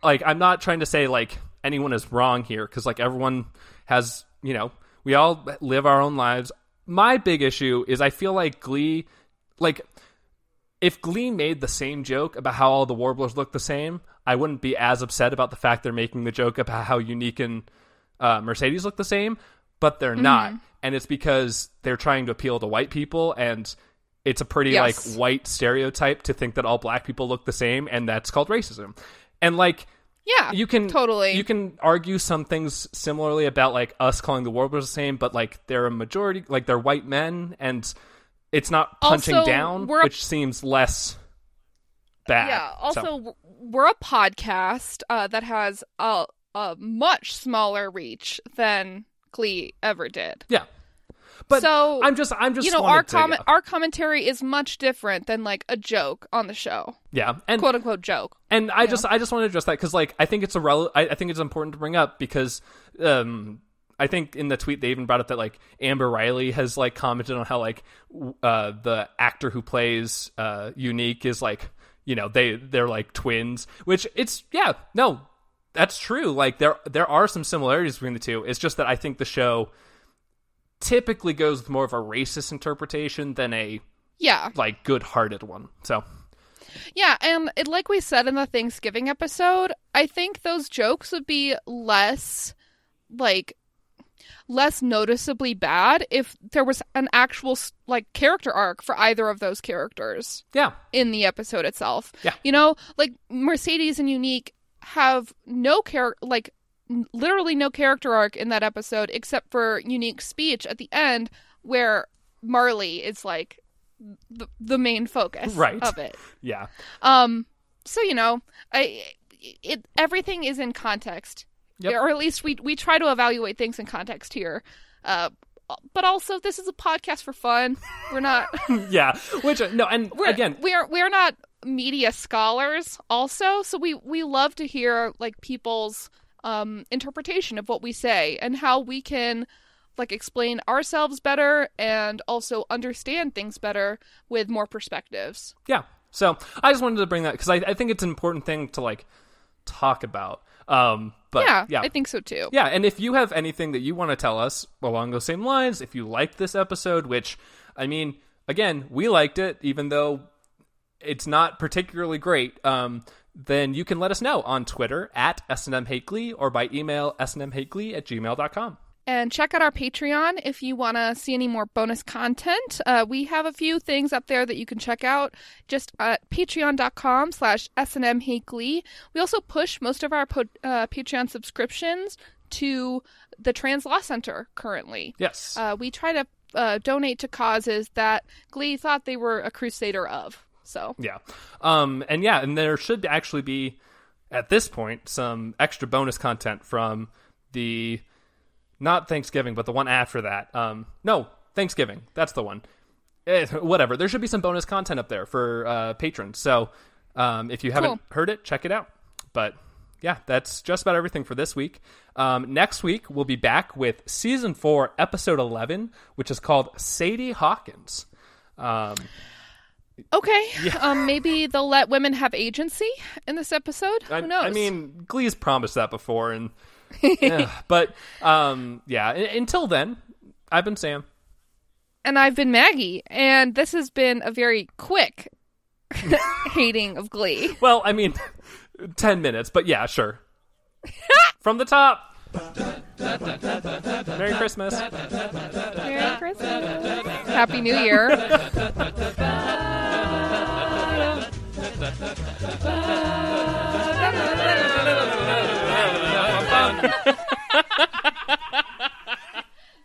S1: like i'm not trying to say like anyone is wrong here because like everyone has you know we all live our own lives my big issue is i feel like glee like if glee made the same joke about how all the warblers look the same i wouldn't be as upset about the fact they're making the joke about how unique and uh, mercedes look the same but they're not and it's because they're trying to appeal to white people and it's a pretty
S2: Yes.
S1: like white stereotype to think that all black people look the same and that's called racism and like
S2: Yeah.
S1: you can
S2: Uh, totally.
S1: you can argue some things similarly about like us calling the Warblers the same, but like they're a majority, like they're white men, and it's not punching
S2: Also,
S1: down,
S2: we're a-
S1: which seems less bad.
S2: Yeah.
S1: So-
S2: Also, w we're a podcast uh, that has a, a much smaller reach than Glee ever did.
S1: yeah, but
S2: So,
S1: I'm just I'm just
S2: you know,
S1: wanted
S2: our
S1: to-
S2: comment, our commentary is much different than like a joke on the show,
S1: yeah, and
S2: quote unquote joke.
S1: And I just I just want to address that because like I think it's a rel- I, I think it's important to bring up because um I think in the tweet they even brought up that like Amber Riley has like commented on how like w- uh the actor who plays uh Unique is like you know they they're like twins which it's yeah no that's true like there there are some similarities between the two it's just that I think the show typically goes with more of a racist interpretation than a
S2: Yeah.
S1: like good-hearted one so
S2: Yeah, and it, like we said in the Thanksgiving episode, I think those jokes would be less like less noticeably bad if there was an actual s- like character arc for either of those characters
S1: yeah
S2: in the episode itself.
S1: Yeah.
S2: You know, like Mercedes and Unique have no character like n- literally no character arc in that episode except for Unique's speech at the end where Marley is like the, the main focus
S1: Right.
S2: of it.
S1: yeah
S2: Um, so you know, I it everything is in context,
S1: Yep.
S2: or at least we we try to evaluate things in context here. Uh, but also this is a podcast for fun. We're not
S1: yeah which uh, no and
S2: we're,
S1: again
S2: we are we're not media scholars also, so we we love to hear like people's um interpretation of what we say and how we can like explain ourselves better and also understand things better with more perspectives.
S1: yeah so i just wanted to bring that because I, I think it's an important thing to like talk about um but yeah
S2: yeah, I think so too.
S1: yeah and if you have anything that you want to tell us along those same lines if you liked this episode which i mean again we liked it even though it's not particularly great um then you can let us know on twitter at snm Hakeley or by email snmhakeley at gmail.com
S2: And check out our Patreon if you want to see any more bonus content. Uh, we have a few things up there that you can check out just at patreon.com slash snmhakely. We also push most of our po- uh, Patreon subscriptions to the Trans Law Center currently.
S1: yes
S2: Uh, we try to uh, donate to causes that Glee thought they were a crusader of. So,
S1: Yeah. Um and yeah, and there should actually be at this point some extra bonus content from the not Thanksgiving, but the one after that. Um no, Thanksgiving. That's the one. Eh, whatever. There should be some bonus content up there for uh patrons. So um if you haven't
S2: Cool.
S1: heard it, check it out. But yeah, that's just about everything for this week. Um, next week, we'll be back with season four, episode 11, which is called Sadie Hawkins. Um,
S2: okay. Um, maybe they'll let women have agency in this episode.
S1: I,
S2: Who knows?
S1: I mean, Glee's promised that before, and yeah, but um, yeah. u- Until then, I've been Sam.
S2: And I've been Maggie, and this has been a very quick hating of Glee.
S1: Well, I mean, ten minutes, but yeah, sure. From the top. Merry Christmas.
S2: Merry Christmas. Happy New Year.